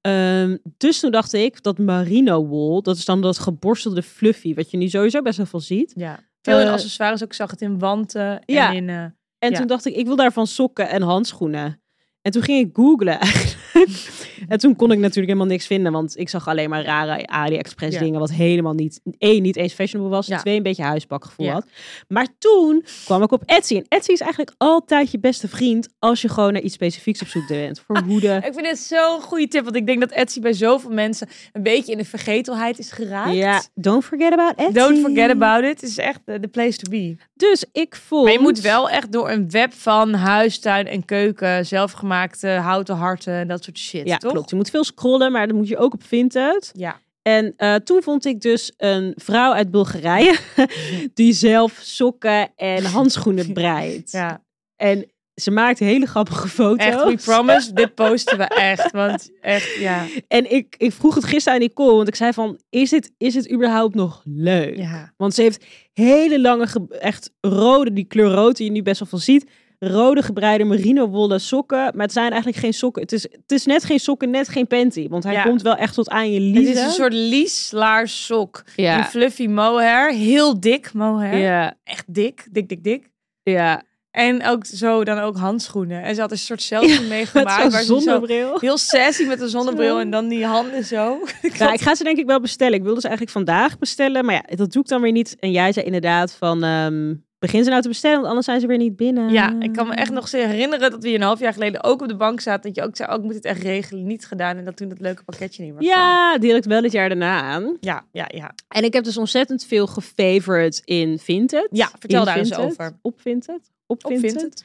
Speaker 1: Ehm, dus toen dacht ik dat merino wool, dat is dan dat geborstelde fluffy, wat je nu sowieso best wel veel ziet.
Speaker 2: Ja. Veel in
Speaker 1: Eh,
Speaker 2: accessoires ook. Ik zag het in wanten en
Speaker 1: ja.
Speaker 2: in... eh,
Speaker 1: En
Speaker 2: Ja.
Speaker 1: toen dacht ik, ik wil daarvan sokken en handschoenen. En toen ging ik googlen [LAUGHS] eigenlijk. en toen kon ik natuurlijk helemaal niks vinden. Want ik zag alleen maar rare AliExpress
Speaker 2: Ja.
Speaker 1: dingen. Wat helemaal niet, één, niet eens fashionable was.
Speaker 2: Ja.
Speaker 1: Twee, een beetje huispakgevoel
Speaker 2: Ja.
Speaker 1: had. Maar toen kwam ik op Etsy. En Etsy is eigenlijk altijd je beste vriend. Als je gewoon naar iets specifieks op zoek bent. Voor
Speaker 2: Ah,
Speaker 1: hoeden.
Speaker 2: Ik vind het zo'n goede tip, want ik denk dat Etsy bij zoveel mensen een beetje in de vergetelheid is geraakt.
Speaker 1: Ja, don't forget about Etsy.
Speaker 2: Don't forget about it. Het is echt eh, the place to be.
Speaker 1: Dus ik vond...
Speaker 2: Maar je moet wel echt door een web van huis, tuin en keuken, zelfgemaakte houten harten en dat soort shit,
Speaker 1: Ja,
Speaker 2: toch?
Speaker 1: klopt. Je moet veel scrollen, maar dan moet je ook op Vinted.
Speaker 2: Ja.
Speaker 1: En eh, toen vond ik dus een vrouw uit Bulgarije [LAUGHS] die zelf sokken en handschoenen breidt.
Speaker 2: [LAUGHS] ja.
Speaker 1: En ze maakt hele grappige foto's.
Speaker 2: Echt, we promise, dit posten we echt. Want echt, ja.
Speaker 1: En ik, ik vroeg het gisteren aan Nicole, want ik zei van, is dit, is dit überhaupt nog leuk?
Speaker 2: ja.
Speaker 1: Want ze heeft hele lange, ge- echt rode, die kleur rood die je nu best wel van ziet. Rode gebreide merino wollen sokken. Maar het zijn eigenlijk geen sokken. Het is, het is net geen sokken, net geen panty. Want hij
Speaker 2: Ja.
Speaker 1: komt wel echt tot aan je
Speaker 2: Het
Speaker 1: liezen.
Speaker 2: is een soort lieslaars sok.
Speaker 1: Ja.
Speaker 2: Een fluffy mohair. Heel dik mohair.
Speaker 1: Ja,
Speaker 2: Echt dik. Dik, dik, dik.
Speaker 1: ja.
Speaker 2: En ook zo dan ook handschoenen. En ze had een soort selfie
Speaker 1: [LAUGHS]
Speaker 2: meegemaakt.
Speaker 1: Met
Speaker 2: waar
Speaker 1: zo'n
Speaker 2: ze zo
Speaker 1: zonnebril.
Speaker 2: heel sassy met een zonnebril en dan die handen zo.
Speaker 1: Ja, ik ga ze denk ik wel bestellen. Ik wilde ze eigenlijk vandaag bestellen, maar ja, dat doe ik dan weer niet. En jij zei inderdaad van, ehm, begin ze nou te bestellen, want anders zijn ze weer niet binnen.
Speaker 2: Ja, ik kan me echt nog steeds herinneren dat we een half jaar geleden ook op de bank zaten. Dat je ook zei, oh, ik moet dit echt regelen. Niet gedaan. En dat toen dat leuke pakketje niet meer kwam.
Speaker 1: Ja, direct wel het jaar daarna aan.
Speaker 2: Ja, ja, ja.
Speaker 1: En ik heb dus ontzettend veel gefavored in Vinted.
Speaker 2: Ja, vertel
Speaker 1: In
Speaker 2: daar eens
Speaker 1: Vinted.
Speaker 2: over.
Speaker 1: Op Vinted. Op
Speaker 2: Op
Speaker 1: Vinted.
Speaker 2: Vinted.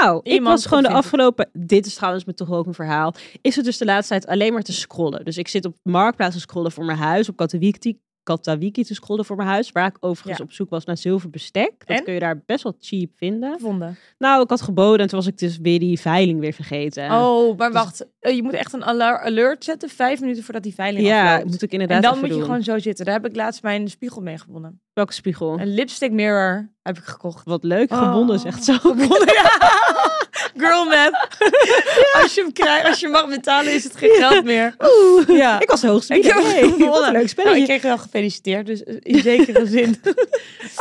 Speaker 1: Nou, ik
Speaker 2: Iemand
Speaker 1: was gewoon de
Speaker 2: op Vinted.
Speaker 1: afgelopen... Dit is trouwens me toch ook een verhaal. Is het dus de laatste tijd alleen maar te scrollen. Dus ik zit op Marktplaats te scrollen voor mijn huis. Op Katawiki, Katawiki te scrollen voor mijn huis. Waar ik overigens
Speaker 2: Ja.
Speaker 1: op zoek was naar zilver bestek. Dat
Speaker 2: En?
Speaker 1: kun je daar best wel cheap vinden.
Speaker 2: Gevonden.
Speaker 1: Nou, ik had geboden en toen was ik dus weer die veiling weer vergeten.
Speaker 2: Oh,
Speaker 1: Dus-
Speaker 2: maar wacht. Eh, Je moet echt een alar- alert zetten vijf minuten voordat die veiling
Speaker 1: ja,
Speaker 2: afloopt.
Speaker 1: moet ik
Speaker 2: En
Speaker 1: inderdaad
Speaker 2: dan
Speaker 1: even
Speaker 2: moet je
Speaker 1: doen.
Speaker 2: gewoon zo zitten. Daar heb ik laatst mijn spiegel mee gewonnen.
Speaker 1: Welke spiegel?
Speaker 2: Een lipstick mirror heb ik gekocht.
Speaker 1: Wat leuk,
Speaker 2: Oh.
Speaker 1: gewonnen is echt zo. [LAUGHS]
Speaker 2: gewonnen. Ja. Girl math. Als, je hem krijgt, als je mag betalen, is het geen geld
Speaker 1: [LAUGHS]
Speaker 2: meer. [LAUGHS]
Speaker 1: Oeh,
Speaker 2: Ja.
Speaker 1: ik was de hoogste
Speaker 2: Ik heb
Speaker 1: bieder. Hey, [LAUGHS] wat
Speaker 2: gewonnen.
Speaker 1: een leuk
Speaker 2: Nou, ik
Speaker 1: spelletje.
Speaker 2: kreeg wel gefeliciteerd, dus in
Speaker 1: [LAUGHS]
Speaker 2: zekere zin.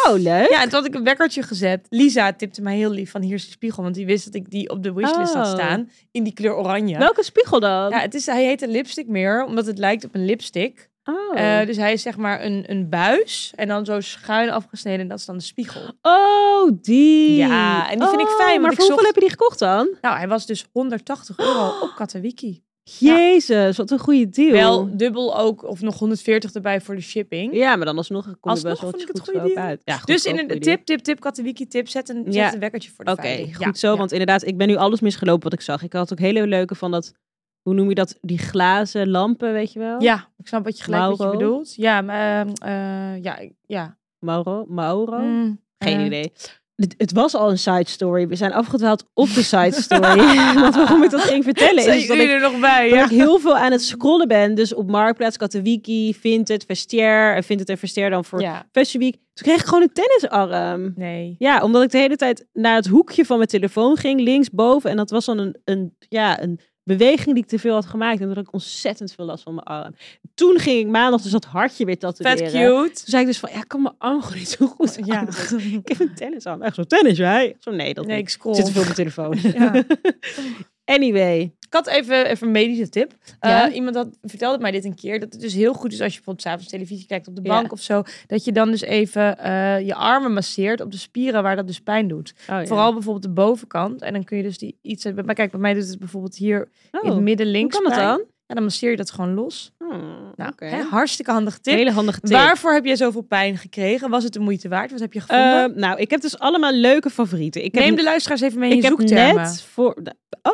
Speaker 1: Oh, leuk.
Speaker 2: [LAUGHS] Ja, en toen had ik een wekkertje gezet. Lisa tipte mij heel lief van hier is de spiegel, want die wist dat ik die op de wishlist had
Speaker 1: Oh. Nou,
Speaker 2: staan. In die kleur oranje.
Speaker 1: Welke spiegel dan?
Speaker 2: Ja, het is, hij heet een lipstick mirror, omdat het lijkt op een lipstick.
Speaker 1: oh.
Speaker 2: Eh, dus hij is zeg maar een, een buis en dan zo schuin afgesneden en dat is dan de spiegel.
Speaker 1: oh, die.
Speaker 2: Ja, en die vind ik
Speaker 1: Oh,
Speaker 2: fijn, want
Speaker 1: Maar
Speaker 2: ik
Speaker 1: voor hoeveel
Speaker 2: zocht-
Speaker 1: heb je die gekocht dan?
Speaker 2: Nou, hij was dus 180
Speaker 1: [GASPS]
Speaker 2: euro op Katawiki.
Speaker 1: Jezus, wat een goede deal.
Speaker 2: Wel dubbel ook, of nog 140 erbij voor de shipping.
Speaker 1: Ja, maar dan alsnog kom je
Speaker 2: Alsnog
Speaker 1: best wel
Speaker 2: vond ik het
Speaker 1: goed
Speaker 2: goede
Speaker 1: zo
Speaker 2: deal.
Speaker 1: uit. Ja,
Speaker 2: dus
Speaker 1: goedkoop,
Speaker 2: in een
Speaker 1: goede deal.
Speaker 2: tip, tip, tip, Katawiki tip, zet een,
Speaker 1: Ja.
Speaker 2: zet een wekkertje voor de
Speaker 1: Oké,
Speaker 2: veiling.
Speaker 1: goed
Speaker 2: Ja,
Speaker 1: zo.
Speaker 2: ja.
Speaker 1: Want inderdaad, ik ben nu alles misgelopen wat ik zag. Ik had ook hele leuke van dat, hoe noem je dat, die glazen lampen, weet je wel?
Speaker 2: Ja, ik snap wat je gelijk wat
Speaker 1: Mauro?
Speaker 2: je bedoelt. Ja, maar ehm, eh, ja, ik- ja.
Speaker 1: Mauro? Mauro?
Speaker 2: Mm,
Speaker 1: Geen
Speaker 2: eh,
Speaker 1: idee. Het, het was al een side story. We zijn afgedwaald op de side story. [LAUGHS] Want waarom ik dat ging vertellen
Speaker 2: Zijn
Speaker 1: is dat
Speaker 2: jullie
Speaker 1: ik,
Speaker 2: er nog bij?
Speaker 1: dat
Speaker 2: Ja.
Speaker 1: ik heel veel aan het scrollen ben. Dus op Marktplaats, Katowiki, Vinted, Vestiaire. En Vinted en Vestiaire dan voor
Speaker 2: ja.
Speaker 1: Fashion Week. Toen kreeg ik gewoon een tennisarm.
Speaker 2: Nee.
Speaker 1: Ja, omdat ik de hele tijd naar het hoekje van mijn telefoon ging, linksboven. En dat was dan een, een, ja, een beweging die ik te veel had gemaakt. En dat had ik ontzettend veel last van mijn arm. Toen ging ik maandag dus dat hartje weer
Speaker 2: Vet
Speaker 1: tatoeëren.
Speaker 2: cute.
Speaker 1: Toen zei ik dus van, ja, ik kan mijn arm gewoon niet zo goed [LAUGHS]
Speaker 2: [LAUGHS] Ja.
Speaker 1: aan. Ik heb een tennis aan. Echt zo, tennis jij? Zo, nee, dat
Speaker 2: Nee,
Speaker 1: niet.
Speaker 2: ik
Speaker 1: Ik
Speaker 2: scroll.
Speaker 1: zit te veel op mijn telefoon.
Speaker 2: [LAUGHS] Ja.
Speaker 1: [LAUGHS] Anyway.
Speaker 2: Ik had even, even een medische tip.
Speaker 1: Ja.
Speaker 2: Eh, iemand had, vertelde mij dit een keer. Dat het dus heel goed is als je bijvoorbeeld s'avonds televisie kijkt op de
Speaker 1: Ja.
Speaker 2: bank of zo. Dat je dan dus even eh, je armen masseert op de spieren waar dat dus pijn doet.
Speaker 1: Oh,
Speaker 2: Vooral bijvoorbeeld de bovenkant. En dan kun je dus die iets... Maar kijk, bij mij doet het bijvoorbeeld hier in het
Speaker 1: oh,
Speaker 2: midden
Speaker 1: hoe
Speaker 2: links
Speaker 1: kan dat
Speaker 2: pijn.
Speaker 1: dan?
Speaker 2: Ja, dan masseer je dat gewoon los.
Speaker 1: Hmm,
Speaker 2: Nou,
Speaker 1: oké.
Speaker 2: hè, hartstikke handige tip.
Speaker 1: Hele handige tip.
Speaker 2: Waarvoor heb jij zoveel pijn gekregen? Was het de moeite waard? Wat heb je gevonden?
Speaker 1: Eh, nou, ik heb dus allemaal leuke favorieten. Ik heb,
Speaker 2: Neem de luisteraars even mee in
Speaker 1: ik
Speaker 2: je
Speaker 1: heb
Speaker 2: zoektermen.
Speaker 1: net voor...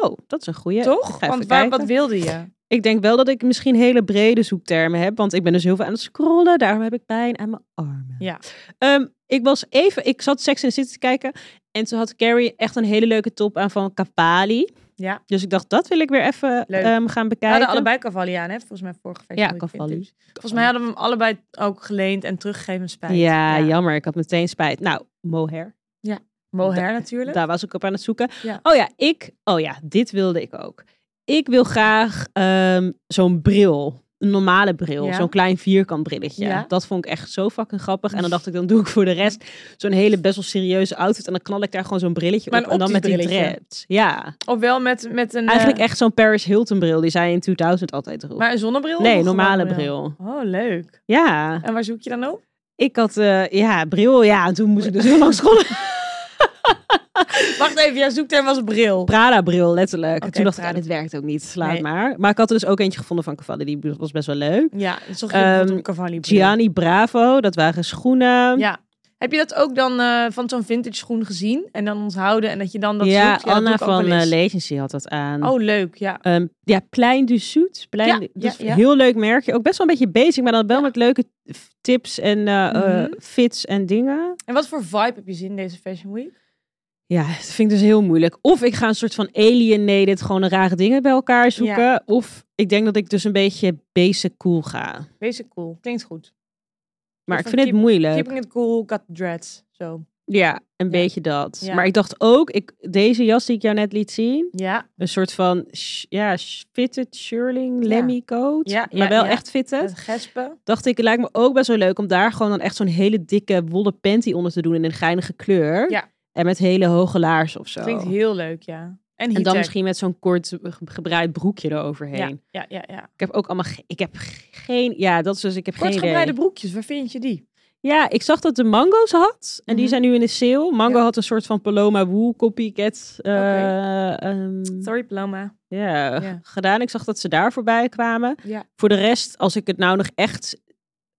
Speaker 1: Oh, dat is een goeie.
Speaker 2: Toch?
Speaker 1: ga even
Speaker 2: Want waar, wat
Speaker 1: kijken.
Speaker 2: wilde je?
Speaker 1: Ik denk wel dat ik misschien hele brede zoektermen heb. Want ik ben dus heel veel aan het scrollen. Daarom heb ik pijn aan mijn armen.
Speaker 2: Ja.
Speaker 1: Ehm, ik was even... Ik zat Sex in the City te kijken. En toen had Carrie echt een hele leuke top aan van Capali.
Speaker 2: Ja.
Speaker 1: Dus ik dacht, dat wil ik weer even
Speaker 2: Leuk.
Speaker 1: ehm, gaan
Speaker 2: We
Speaker 1: bekijken.
Speaker 2: hadden allebei Cavalli aan, hè? Volgens mij vorige feest.
Speaker 1: Ja, Cavalli.
Speaker 2: Volgens mij hadden we hem allebei ook geleend en teruggegeven spijt.
Speaker 1: Ja, jammer. Ik had meteen spijt. Nou, mohair.
Speaker 2: Mohair natuurlijk.
Speaker 1: Daar was ik op aan het zoeken.
Speaker 2: Ja.
Speaker 1: Oh ja, ik... Oh ja, dit wilde ik ook. Ik wil graag ehm, zo'n bril. Een normale bril.
Speaker 2: Ja.
Speaker 1: Zo'n klein vierkant brilletje.
Speaker 2: Ja.
Speaker 1: Dat vond ik echt zo fucking grappig. En dan dacht ik, dan doe ik voor de rest zo'n hele best wel serieuze outfit. En dan knal ik daar gewoon zo'n brilletje
Speaker 2: Maar
Speaker 1: op.
Speaker 2: een
Speaker 1: En dan met
Speaker 2: optisch
Speaker 1: die
Speaker 2: brilletje.
Speaker 1: dreads. Ja.
Speaker 2: Of wel met, met een... eh,
Speaker 1: Eigenlijk echt zo'n Paris Hilton bril. Die zij in 2000 altijd droeg.
Speaker 2: Maar een zonnebril? of
Speaker 1: nee,
Speaker 2: een
Speaker 1: normale
Speaker 2: gewone
Speaker 1: bril.
Speaker 2: Oh, leuk.
Speaker 1: Ja.
Speaker 2: En waar zoek je dan op?
Speaker 1: Ik had, eh, ja, bril. Ja, en toen moest ik dus heel lang
Speaker 2: [LAUGHS]
Speaker 1: scrollen.
Speaker 2: Wacht even, jouw zoekterm was bril.
Speaker 1: Prada-bril, letterlijk. en
Speaker 2: Oké,
Speaker 1: toen dacht ik,
Speaker 2: Prada.
Speaker 1: ah, dit werkt ook niet. Laat
Speaker 2: Nee.
Speaker 1: maar. Maar ik had er dus ook eentje gevonden van Cavalli. Die was best wel leuk.
Speaker 2: Ja, dan zocht je
Speaker 1: Ehm,
Speaker 2: bijvoorbeeld op Cavalli bril.
Speaker 1: Gianni Bravo, dat waren schoenen.
Speaker 2: Ja. Heb je dat ook dan eh, van zo'n vintage schoen gezien? En dan onthouden en dat je dan dat
Speaker 1: Ja,
Speaker 2: zoekt? dat doe
Speaker 1: Anna
Speaker 2: ik ook wel
Speaker 1: van eh
Speaker 2: eens.
Speaker 1: Legency had dat aan.
Speaker 2: Oh, leuk. Ja.
Speaker 1: Ehm, ja, Plein du Sud. Plein,
Speaker 2: Ja,
Speaker 1: dat
Speaker 2: ja,
Speaker 1: is een
Speaker 2: ja.
Speaker 1: heel leuk merkje. Ook best wel een beetje basic, maar dan wel met leuke f- tips en eh, eh,
Speaker 2: Mhm.
Speaker 1: fits en dingen.
Speaker 2: En wat voor vibe heb je zin in deze Fashion Week?
Speaker 1: Ja, dat vind ik dus heel moeilijk. Of ik ga een soort van alienated, gewoon rare dingen bij elkaar zoeken. Of ik denk dat ik dus een beetje basic cool ga.
Speaker 2: Basic cool. Klinkt goed.
Speaker 1: Maar
Speaker 2: Of
Speaker 1: ik
Speaker 2: van
Speaker 1: vind het moeilijk.
Speaker 2: Keeping it cool, got dreads. Zo.
Speaker 1: Ja, een
Speaker 2: Ja.
Speaker 1: beetje dat.
Speaker 2: Ja.
Speaker 1: Maar ik dacht ook, ik, deze jas die ik jou net liet zien,
Speaker 2: Ja.
Speaker 1: een soort van sh- ja, sh- fitted shirling, lemmy coat,
Speaker 2: Ja, ja,
Speaker 1: maar wel
Speaker 2: ja.
Speaker 1: echt fitted.
Speaker 2: Met gespen.
Speaker 1: Dacht ik, het lijkt me ook best wel leuk om daar gewoon dan echt zo'n hele dikke wollen panty onder te doen in een geinige kleur.
Speaker 2: Ja.
Speaker 1: En met hele hoge laarzen of zo.
Speaker 2: Klinkt heel leuk, ja. En,
Speaker 1: en dan
Speaker 2: heattech.
Speaker 1: misschien met zo'n kort eh, ge- gebreid broekje eroverheen.
Speaker 2: Ja, ja, ja. ja.
Speaker 1: Ik heb ook allemaal... ge- Ik heb g- geen... Ja, dat is dus... Ik heb
Speaker 2: Kort
Speaker 1: geen
Speaker 2: gebreide
Speaker 1: idee. Mm.
Speaker 2: broekjes, waar vind je die?
Speaker 1: Ja, ik zag dat de Mango's had. En die
Speaker 2: Mhm.
Speaker 1: zijn nu in de sale. Mango
Speaker 2: Ja.
Speaker 1: had een soort van Paloma Wool copycat. eh,
Speaker 2: Oké.
Speaker 1: ehm,
Speaker 2: Sorry, Paloma.
Speaker 1: ja,
Speaker 2: Ja.
Speaker 1: gedaan. Ik zag dat ze daar voorbij kwamen.
Speaker 2: Ja.
Speaker 1: Voor de rest, als ik het nou nog echt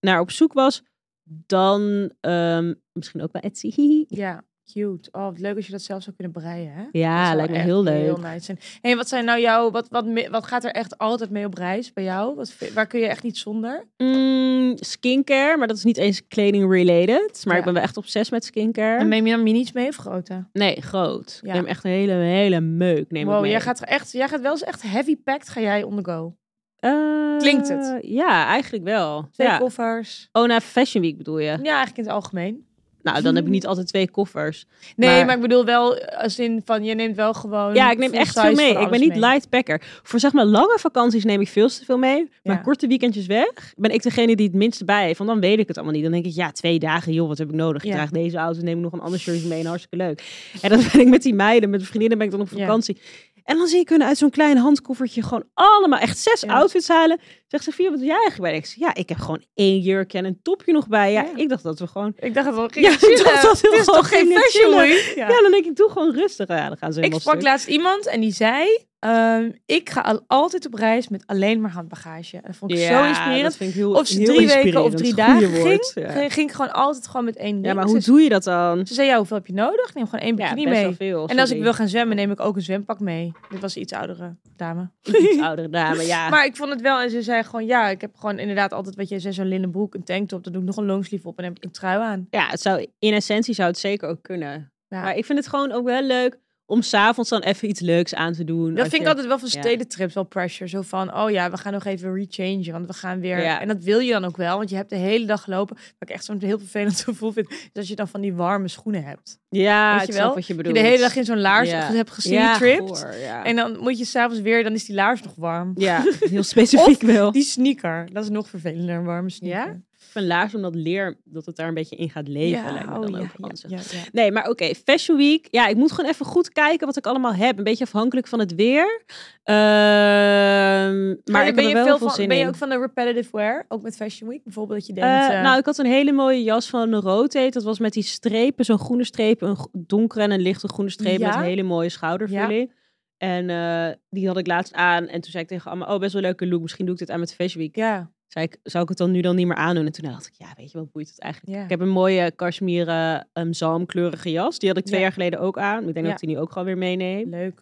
Speaker 1: naar op zoek was, dan ehm, misschien ook bij Etsy. [LAUGHS] Hihi.
Speaker 2: Ja, cute. Oh, wat leuk als je dat zelf zou kunnen breien, hè? Dat
Speaker 1: Ja,
Speaker 2: zou
Speaker 1: lijkt me
Speaker 2: echt
Speaker 1: heel leuk.
Speaker 2: Heel nice zijn. Hey, wat zijn nou jouw... Wat, wat, me- wat gaat er echt altijd mee op reis bij jou? Wat, vind- waar kun je echt niet zonder?
Speaker 1: Mm, skincare, maar dat is niet eens kleding related. Maar
Speaker 2: Ja.
Speaker 1: ik ben wel echt obsess met skincare.
Speaker 2: En neem je dan minis mee of grote?
Speaker 1: Nee, groot.
Speaker 2: Ja.
Speaker 1: Ik neem echt een hele, hele meuk. Neem ik
Speaker 2: Wow,
Speaker 1: mee.
Speaker 2: jij gaat, er echt, jij gaat wel eens echt heavy packed ga jij on the go.
Speaker 1: Eh,
Speaker 2: Klinkt het?
Speaker 1: Ja, eigenlijk wel.
Speaker 2: Twee
Speaker 1: Ja.
Speaker 2: koffers.
Speaker 1: Oh, naar Fashion Week bedoel je?
Speaker 2: Ja, eigenlijk in het algemeen.
Speaker 1: Nou, dan
Speaker 2: Hmm.
Speaker 1: heb ik niet altijd twee koffers.
Speaker 2: Nee, maar,
Speaker 1: Maar-
Speaker 2: ik bedoel wel eh, als in van... Je neemt wel gewoon...
Speaker 1: Ja, ik neem
Speaker 2: full
Speaker 1: echt
Speaker 2: size
Speaker 1: veel mee.
Speaker 2: van
Speaker 1: Ik ben
Speaker 2: alles
Speaker 1: niet light packer. Voor zeg maar lange vakanties neem ik veel te veel mee. Maar
Speaker 2: Ja.
Speaker 1: korte weekendjes weg ben ik degene die het minste bij heeft. Want dan weet ik het allemaal niet. Dan denk ik, ja, twee dagen, joh, wat heb ik nodig? Ik
Speaker 2: Ja.
Speaker 1: draag deze auto, neem ik nog een ander shirtje mee en hartstikke leuk. En dan [LAUGHS] ben ik met die meiden, met vriendinnen ben ik dan op
Speaker 2: Ja.
Speaker 1: vakantie. En dan zie ik hun uit zo'n klein handkoffertje gewoon allemaal echt zes
Speaker 2: Ja.
Speaker 1: outfits halen. Zegt ze, Via, wat doe jij eigenlijk bij? Ik zeg, ja, ik heb gewoon één jurkje en een topje nog bij. Ja,
Speaker 2: Ja.
Speaker 1: ik dacht dat we gewoon...
Speaker 2: Ik dacht dat we
Speaker 1: [LAUGHS] Ja,
Speaker 2: gingen
Speaker 1: ik dacht dat we
Speaker 2: Het is
Speaker 1: gewoon
Speaker 2: toch geen
Speaker 1: gingen
Speaker 2: fashion
Speaker 1: chillen.
Speaker 2: week? Ja.
Speaker 1: Ja, dan denk ik, doe gewoon rustig. Ja, dan gaan ze
Speaker 2: Ik
Speaker 1: helemaal
Speaker 2: sprak
Speaker 1: stuk.
Speaker 2: laatst iemand en die zei... ehm, ik ga al altijd op reis met alleen maar handbagage. En dat vond ik zo inspirerend.
Speaker 1: dat vind ik heel,
Speaker 2: Of ze
Speaker 1: heel
Speaker 2: drie weken of
Speaker 1: inspirerend.
Speaker 2: drie
Speaker 1: Goeie
Speaker 2: dagen ging,
Speaker 1: woord, ja.
Speaker 2: ging, ging ik gewoon altijd gewoon met één ding.
Speaker 1: Dus Ja, maar
Speaker 2: Ze
Speaker 1: hoe
Speaker 2: zei-
Speaker 1: doe je dat dan?
Speaker 2: Ze zei, ja, hoeveel heb je nodig? Neem gewoon één
Speaker 1: Ja,
Speaker 2: bikini
Speaker 1: best wel
Speaker 2: mee.
Speaker 1: veel.
Speaker 2: En als ik
Speaker 1: sorry.
Speaker 2: wil gaan zwemmen, neem ik ook een zwempak mee. Dit was een iets oudere dame.
Speaker 1: Een [LAUGHS] iets oudere dame,
Speaker 2: [LAUGHS]
Speaker 1: ja.
Speaker 2: Maar ik vond het wel. En ze zei gewoon, ja, ik heb gewoon inderdaad altijd wat jij zei, zo'n linnen broek, een tanktop. Dan doe ik nog een longsleeve op en heb ik een trui aan.
Speaker 1: ja, het zou, in essentie zou het zeker ook kunnen.
Speaker 2: Ja.
Speaker 1: Maar ik vind het gewoon ook wel leuk om s'avonds dan even iets leuks aan te doen.
Speaker 2: Dat
Speaker 1: als
Speaker 2: vind ik
Speaker 1: je-
Speaker 2: altijd wel van
Speaker 1: ja.
Speaker 2: stedentrips wel pressure. Zo van, oh ja, we gaan nog even rechangen. Want we gaan weer...
Speaker 1: Ja.
Speaker 2: En dat wil je dan ook wel. Want je hebt de hele dag gelopen. Wat ik echt zo'n heel vervelend [LAUGHS] gevoel vind. Is dat je dan van die warme schoenen hebt.
Speaker 1: Ja,
Speaker 2: Weet
Speaker 1: ik
Speaker 2: je
Speaker 1: snap
Speaker 2: wel?
Speaker 1: wat je
Speaker 2: Dat je
Speaker 1: bedoelt.
Speaker 2: de hele dag in zo'n laars
Speaker 1: Ja.
Speaker 2: hebt
Speaker 1: ja,
Speaker 2: gesleetript.
Speaker 1: goor, ja.
Speaker 2: en dan moet je s'avonds weer, dan is die laars nog warm.
Speaker 1: [LAUGHS] ja,
Speaker 2: [LAUGHS]
Speaker 1: heel specifiek wel.
Speaker 2: Die sneaker, dat is nog vervelender, een warme sneaker.
Speaker 1: Ik ben laars omdat leer, dat het daar een beetje in gaat leven. lijkt me
Speaker 2: oh
Speaker 1: dan
Speaker 2: ja,
Speaker 1: ook
Speaker 2: ja,
Speaker 1: handig.
Speaker 2: ja, ja.
Speaker 1: Nee, maar oké, Fashion Week. Ja, ik moet gewoon even goed kijken wat ik allemaal heb. Een beetje afhankelijk van het weer. Ehm, maar
Speaker 2: Maar
Speaker 1: ik
Speaker 2: Oh ben
Speaker 1: heb
Speaker 2: je,
Speaker 1: er wel
Speaker 2: veel
Speaker 1: veel,
Speaker 2: van,
Speaker 1: zin
Speaker 2: ben je
Speaker 1: in.
Speaker 2: ook van de repetitive wear? Ook met Fashion Week bijvoorbeeld, dat je denkt...
Speaker 1: Eh,
Speaker 2: eh,
Speaker 1: nou, ik had een hele mooie jas van Rotate. Dat was met die strepen, zo'n groene streep, een g- donkere en een lichte groene streep met
Speaker 2: Ja.
Speaker 1: een hele mooie schoudervulling. En eh, die had ik laatst aan. En toen zei ik tegen Amma, oh, best wel leuke look. Misschien doe ik dit aan met Fashion Week.
Speaker 2: ja,
Speaker 1: Zei ik, zou ik het dan nu dan niet meer aandoen? En toen dacht ik, ja, weet je, wat boeit het eigenlijk?
Speaker 2: ja.
Speaker 1: Ik heb een mooie kashmieren um, zalmkleurige jas. Die had ik twee
Speaker 2: Ja.
Speaker 1: jaar geleden ook aan. Ik denk
Speaker 2: Ja.
Speaker 1: dat ik die nu ook gewoon weer meeneem. En
Speaker 2: leuk. Vind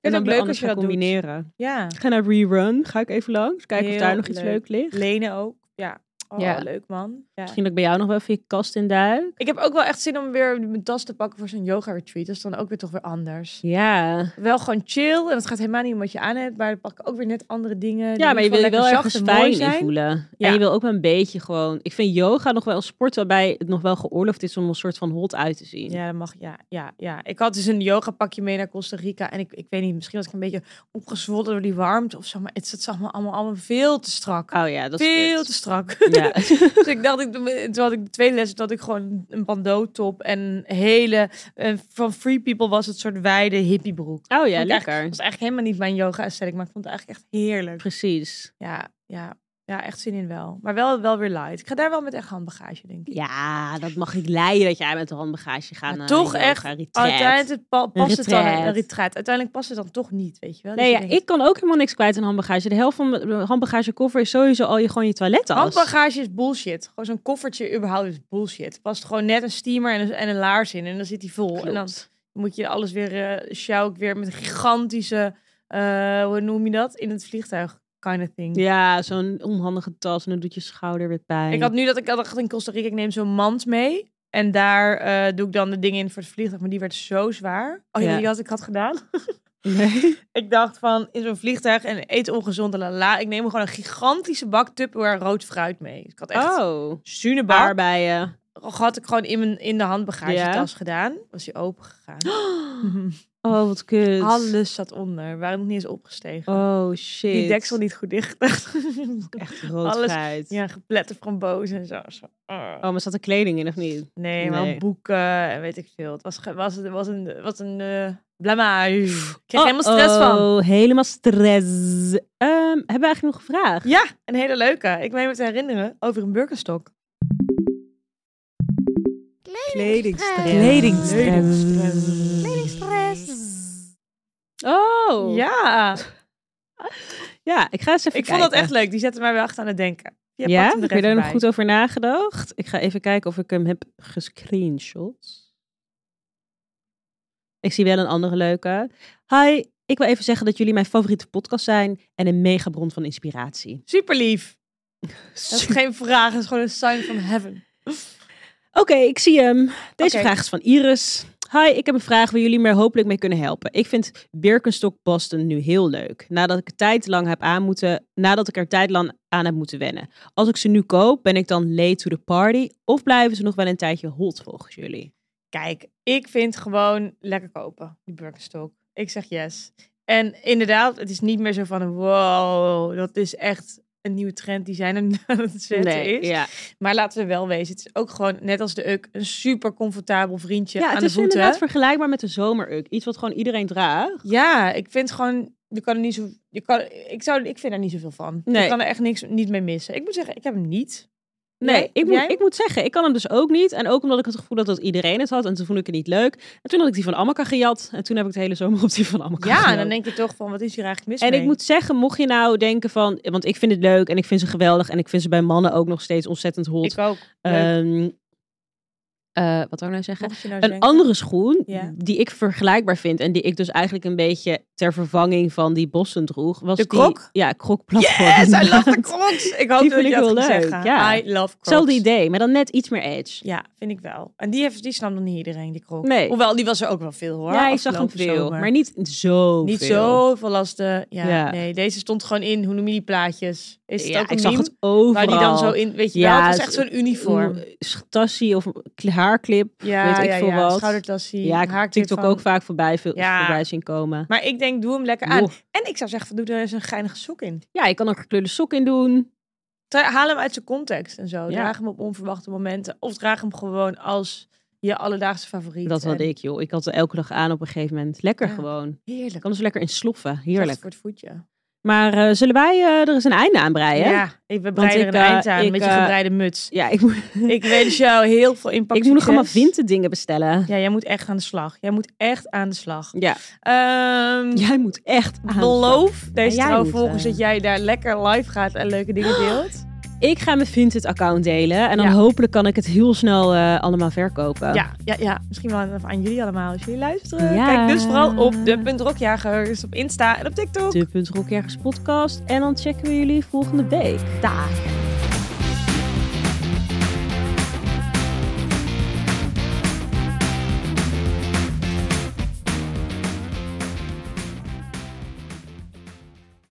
Speaker 1: dan
Speaker 2: het ook leuk
Speaker 1: leuk
Speaker 2: als
Speaker 1: ga
Speaker 2: je dat doet.
Speaker 1: combineren.
Speaker 2: Ja.
Speaker 1: Ik ga naar rerun. Ga ik even langs. Kijken
Speaker 2: Heel
Speaker 1: of daar nog iets leuk
Speaker 2: leuk.
Speaker 1: ligt.
Speaker 2: Lenen ook. Ja. Oh,
Speaker 1: Ja.
Speaker 2: leuk man. Ja.
Speaker 1: Misschien dat ik bij jou nog wel even je kast in duik.
Speaker 2: Ik heb ook wel echt zin om weer mijn tas te pakken voor zo'n yoga retreat. Dat is dan ook weer toch weer anders.
Speaker 1: Ja.
Speaker 2: Wel gewoon chill. En het gaat helemaal niet om wat je aan hebt. Maar dan pak ik ook weer net andere dingen. die
Speaker 1: Ja, maar je
Speaker 2: in
Speaker 1: wil je
Speaker 2: ieder
Speaker 1: wel
Speaker 2: geval
Speaker 1: ergens
Speaker 2: lekker zacht en mooi
Speaker 1: fijn in voelen.
Speaker 2: Ja.
Speaker 1: En je wil ook wel een beetje gewoon... Ik vind yoga nog wel een sport waarbij het nog wel geoorloofd is om een soort van hot uit te zien.
Speaker 2: Ja, dat mag. Ja, ja, ja. Ik had dus een yoga pakje mee naar Costa Rica. En ik, ik weet niet, misschien was ik een beetje opgezwollen door die warmte of zo. Maar het zat allemaal, allemaal, allemaal veel te strak.
Speaker 1: Oh ja, dat is
Speaker 2: veel
Speaker 1: kut.
Speaker 2: te strak. [LAUGHS]
Speaker 1: Ja.
Speaker 2: Dus ik dacht, ik, toen had ik de tweede les, dat ik gewoon een bandeau top en hele, eh, van Free People was het soort wijde hippiebroek.
Speaker 1: Oh ja,
Speaker 2: [LAUGHS] Vond ik echt-
Speaker 1: lekker.
Speaker 2: Dat was eigenlijk helemaal niet mijn yoga aesthetic, maar ik vond het eigenlijk echt heerlijk.
Speaker 1: Precies.
Speaker 2: Ja, ja, ja, echt zin in wel. Maar wel, wel weer light. Ik ga daar wel met echt handbagage, denk ik.
Speaker 1: Ja, dat mag ik leiden dat jij met de handbagage gaat
Speaker 2: Maar
Speaker 1: naar
Speaker 2: toch
Speaker 1: een yoga
Speaker 2: echt
Speaker 1: retreat.
Speaker 2: Uiteindelijk het pa- past het dan een
Speaker 1: retreat.
Speaker 2: retreat. Uiteindelijk past het dan toch niet, weet je wel.
Speaker 1: Nee, ja, ik kan ook helemaal niks kwijt in handbagage. De helft van mijn mijn handbagagekoffer is sowieso al je, gewoon je toilettas.
Speaker 2: Handbagage is bullshit. Gewoon zo'n koffertje überhaupt is bullshit. Past gewoon net een steamer en een, en een laars in en dan zit hij vol. En dan
Speaker 1: Oh, Klopt.
Speaker 2: moet je alles weer, eh sjouw ik weer met een gigantische, eh, hoe noem je dat? In het vliegtuig, kind of thing.
Speaker 1: Ja, zo'n onhandige tas en dan doet je schouder weer pijn.
Speaker 2: Ik had nu dat ik dacht in Costa Rica, ik neem zo'n mand mee. En daar eh, doe ik dan de dingen in voor het vliegtuig. Maar die werd zo zwaar. Oh ja,
Speaker 1: Ja.
Speaker 2: die had ik had gedaan.
Speaker 1: [LAUGHS] Nee.
Speaker 2: Ik dacht van, in zo'n vliegtuig en eet ongezond en lala. Ik neem gewoon een gigantische bak Tupperware rood fruit mee. Dus ik had echt oh.
Speaker 1: Oh,
Speaker 2: zune bak.
Speaker 1: aardbeien.
Speaker 2: [GASPS] Dus Had ik gewoon in, mijn, in de handbagagetas gedaan. Was die open gegaan.
Speaker 1: Oh, wat kut.
Speaker 2: Alles zat onder. We waren nog niet eens opgestegen.
Speaker 1: Oh, shit.
Speaker 2: Die deksel niet goed dicht. [LAUGHS]
Speaker 1: Echt rood
Speaker 2: Alles-
Speaker 1: feit.
Speaker 2: ja, geplette frambozen en zo. Zo, ah.
Speaker 1: Oh, maar zat er kleding in of niet?
Speaker 2: Nee, maar
Speaker 1: Nee.
Speaker 2: boeken en weet ik veel. Het was, ge- was, was een, was een eh, blamage. Ik kreeg helemaal stress van.
Speaker 1: Oh, helemaal stress. Ehm, hebben we eigenlijk nog gevraagd?
Speaker 2: Ja, een hele leuke. Ik meen me te herinneren over een burgerstok.
Speaker 3: Kledingstress.
Speaker 1: Kledingstress. Oh.
Speaker 2: Ja,
Speaker 1: ja, ik ga eens even
Speaker 2: ik vond dat
Speaker 1: kijken.
Speaker 2: echt leuk. Die zette mij weer achter aan het denken. Je
Speaker 1: ja,
Speaker 2: pakt hem er
Speaker 1: heb je
Speaker 2: even
Speaker 1: daar nog
Speaker 2: bij.
Speaker 1: goed over nagedacht? Ik ga even kijken of ik hem heb gescreenshot. Ik zie wel een andere leuke. Hi, ik wil even zeggen dat jullie mijn favoriete podcast zijn en een mega bron van inspiratie.
Speaker 2: Super lief. Dat is geen vraag, dat is gewoon een sign from heaven.
Speaker 1: Oké, ik zie hem. Deze
Speaker 2: Oké.
Speaker 1: vraag is van Iris. Hi, ik heb een vraag waar jullie me hopelijk mee kunnen helpen. Ik vind Birkenstock Boston nu heel leuk. Nadat ik er tijd lang heb aan moeten, nadat ik er tijd lang aan heb moeten wennen. Als ik ze nu koop, ben ik dan late to the party of blijven ze nog wel een tijdje hot volgens jullie?
Speaker 2: Kijk, ik vind gewoon lekker kopen, die Birkenstock. Ik zeg yes. En inderdaad, het is niet meer zo van wow, dat is echt een nieuwe trend die zijn en aan het [LAUGHS] zetten is.
Speaker 1: Ja,
Speaker 2: Maar laten we wel wezen, het is ook gewoon, net als de Uk, een super comfortabel vriendje
Speaker 1: ja
Speaker 2: aan
Speaker 1: het
Speaker 2: de
Speaker 1: is
Speaker 2: voeten.
Speaker 1: inderdaad vergelijkbaar met de zomeruk. Iets wat gewoon iedereen draagt.
Speaker 2: Ja, ik vind gewoon, je kan er niet zo, je kan, ik zou, ik vind er niet zoveel van.
Speaker 1: Nee.
Speaker 2: Ik kan er echt niks, niet mee missen. Ik moet zeggen, ik heb hem niet.
Speaker 1: Nee,
Speaker 2: Jij?
Speaker 1: ik, moet,
Speaker 2: Jij?
Speaker 1: ik moet zeggen, ik kan hem dus ook niet. En ook omdat ik het gevoel had dat iedereen het had. En toen vond ik het niet leuk. En toen had ik die van Amaka gejat. En toen heb ik de hele zomer op die van Amaka
Speaker 2: Ja,
Speaker 1: gelopen. [LAUGHS]
Speaker 2: en dan denk je toch van, wat is hier eigenlijk mis
Speaker 1: En
Speaker 2: mee?
Speaker 1: ik moet zeggen, mocht je nou denken van... Want ik vind het leuk en ik vind ze geweldig. En ik vind ze bij mannen ook nog steeds ontzettend hot.
Speaker 2: ik ook. Leuk.
Speaker 1: Ehm, eh, wat wou ik nou zeggen?
Speaker 2: Mocht je nou
Speaker 1: Een
Speaker 2: denken- [LAUGHS]
Speaker 1: andere schoen
Speaker 2: Ja.
Speaker 1: die ik vergelijkbaar vind en die ik dus eigenlijk een beetje ter vervanging van die Boston droeg, was
Speaker 2: De
Speaker 1: die-
Speaker 2: Croc?
Speaker 1: ja, krok platform.
Speaker 2: Yes, I
Speaker 1: [LAUGHS]
Speaker 2: love the Crocs. Ik hoop
Speaker 1: Die
Speaker 2: dat
Speaker 1: vind ik
Speaker 2: je dat
Speaker 1: wel
Speaker 2: kan
Speaker 1: leuk,
Speaker 2: zeggen.
Speaker 1: ja.
Speaker 2: I love Crocs.
Speaker 1: Hetzelfde idee, maar dan net iets meer edge.
Speaker 2: Ja, vind ik wel. En die, heeft, die snapt nog niet iedereen, die Croc.
Speaker 1: Nee.
Speaker 2: Hoewel, die was er ook wel veel hoor.
Speaker 1: ja, ik zag hem
Speaker 2: afgelopen
Speaker 1: veel,
Speaker 2: zomer.
Speaker 1: maar niet zo
Speaker 2: Niet
Speaker 1: veel.
Speaker 2: zoveel als de... Ja,
Speaker 1: Ja.
Speaker 2: nee. Deze stond gewoon in, hoe noem je die plaatjes? Is het
Speaker 1: Ja,
Speaker 2: ook een
Speaker 1: ik zag
Speaker 2: meme?
Speaker 1: het overal.
Speaker 2: Waar die dan zo in... Weet je
Speaker 1: Ja,
Speaker 2: wel, het
Speaker 1: het-
Speaker 2: was echt zo'n uniform.
Speaker 1: Oeh, tassie of kle- haarclip.
Speaker 2: Ja,
Speaker 1: weet ik
Speaker 2: ja,
Speaker 1: veel
Speaker 2: ja.
Speaker 1: wat.
Speaker 2: Schoudertassie,
Speaker 1: Ja, ik heb
Speaker 2: haarklip
Speaker 1: TikTok
Speaker 2: van-
Speaker 1: ook vaak voorbij, veel,
Speaker 2: Ja.
Speaker 1: voorbij zien komen.
Speaker 2: Maar ik denk, doe hem lekker aan.
Speaker 1: Joh.
Speaker 2: En ik zou zeggen, doe er eens een geinige sok in.
Speaker 1: Ja, je kan ook gekleurde sok in doen.
Speaker 2: Tra- Haal hem uit zijn context en zo. Draag hem op onverwachte momenten. Of draag hem gewoon als je alledaagse favoriet.
Speaker 1: Dat had
Speaker 2: En
Speaker 1: ik, joh. Ik had er elke dag aan op een gegeven moment. Lekker
Speaker 2: Ja.
Speaker 1: gewoon. Ik
Speaker 2: Heerlijk.
Speaker 1: kan dus lekker in sloffen. Heerlijk.
Speaker 2: Zacht voor het voetje.
Speaker 1: Maar eh, zullen wij eh, er eens een einde aan breien?
Speaker 2: Ja, ik ben breid
Speaker 1: ik,
Speaker 2: er een
Speaker 1: eh,
Speaker 2: eind aan
Speaker 1: ik,
Speaker 2: met je
Speaker 1: eh,
Speaker 2: gebreide muts.
Speaker 1: Ja, ik moet,
Speaker 2: Ik wens jou heel veel
Speaker 1: [LAUGHS]
Speaker 2: impact.
Speaker 1: ik moet nog
Speaker 2: succes.
Speaker 1: allemaal vintage dingen bestellen.
Speaker 2: Ja, jij moet echt aan de slag. Jij moet echt aan de slag.
Speaker 1: Ja,
Speaker 2: Ehm,
Speaker 1: jij moet echt aan. de slag.
Speaker 2: beloof deze
Speaker 1: jij
Speaker 2: trouw
Speaker 1: moet,
Speaker 2: volgens
Speaker 1: eh, Oh.
Speaker 2: dat jij daar lekker live gaat en leuke dingen deelt.
Speaker 1: Ik ga mijn vintage account delen en dan
Speaker 2: Ja.
Speaker 1: hopelijk kan ik het heel snel eh, allemaal verkopen.
Speaker 2: Ja, ja, ja, misschien wel aan, aan jullie allemaal als jullie luisteren.
Speaker 1: Ja.
Speaker 2: Kijk dus vooral op de Punt Rockjagers op Insta en op TikTok.
Speaker 1: De Punt Rockjagers podcast en dan checken we jullie volgende week.
Speaker 2: Daar.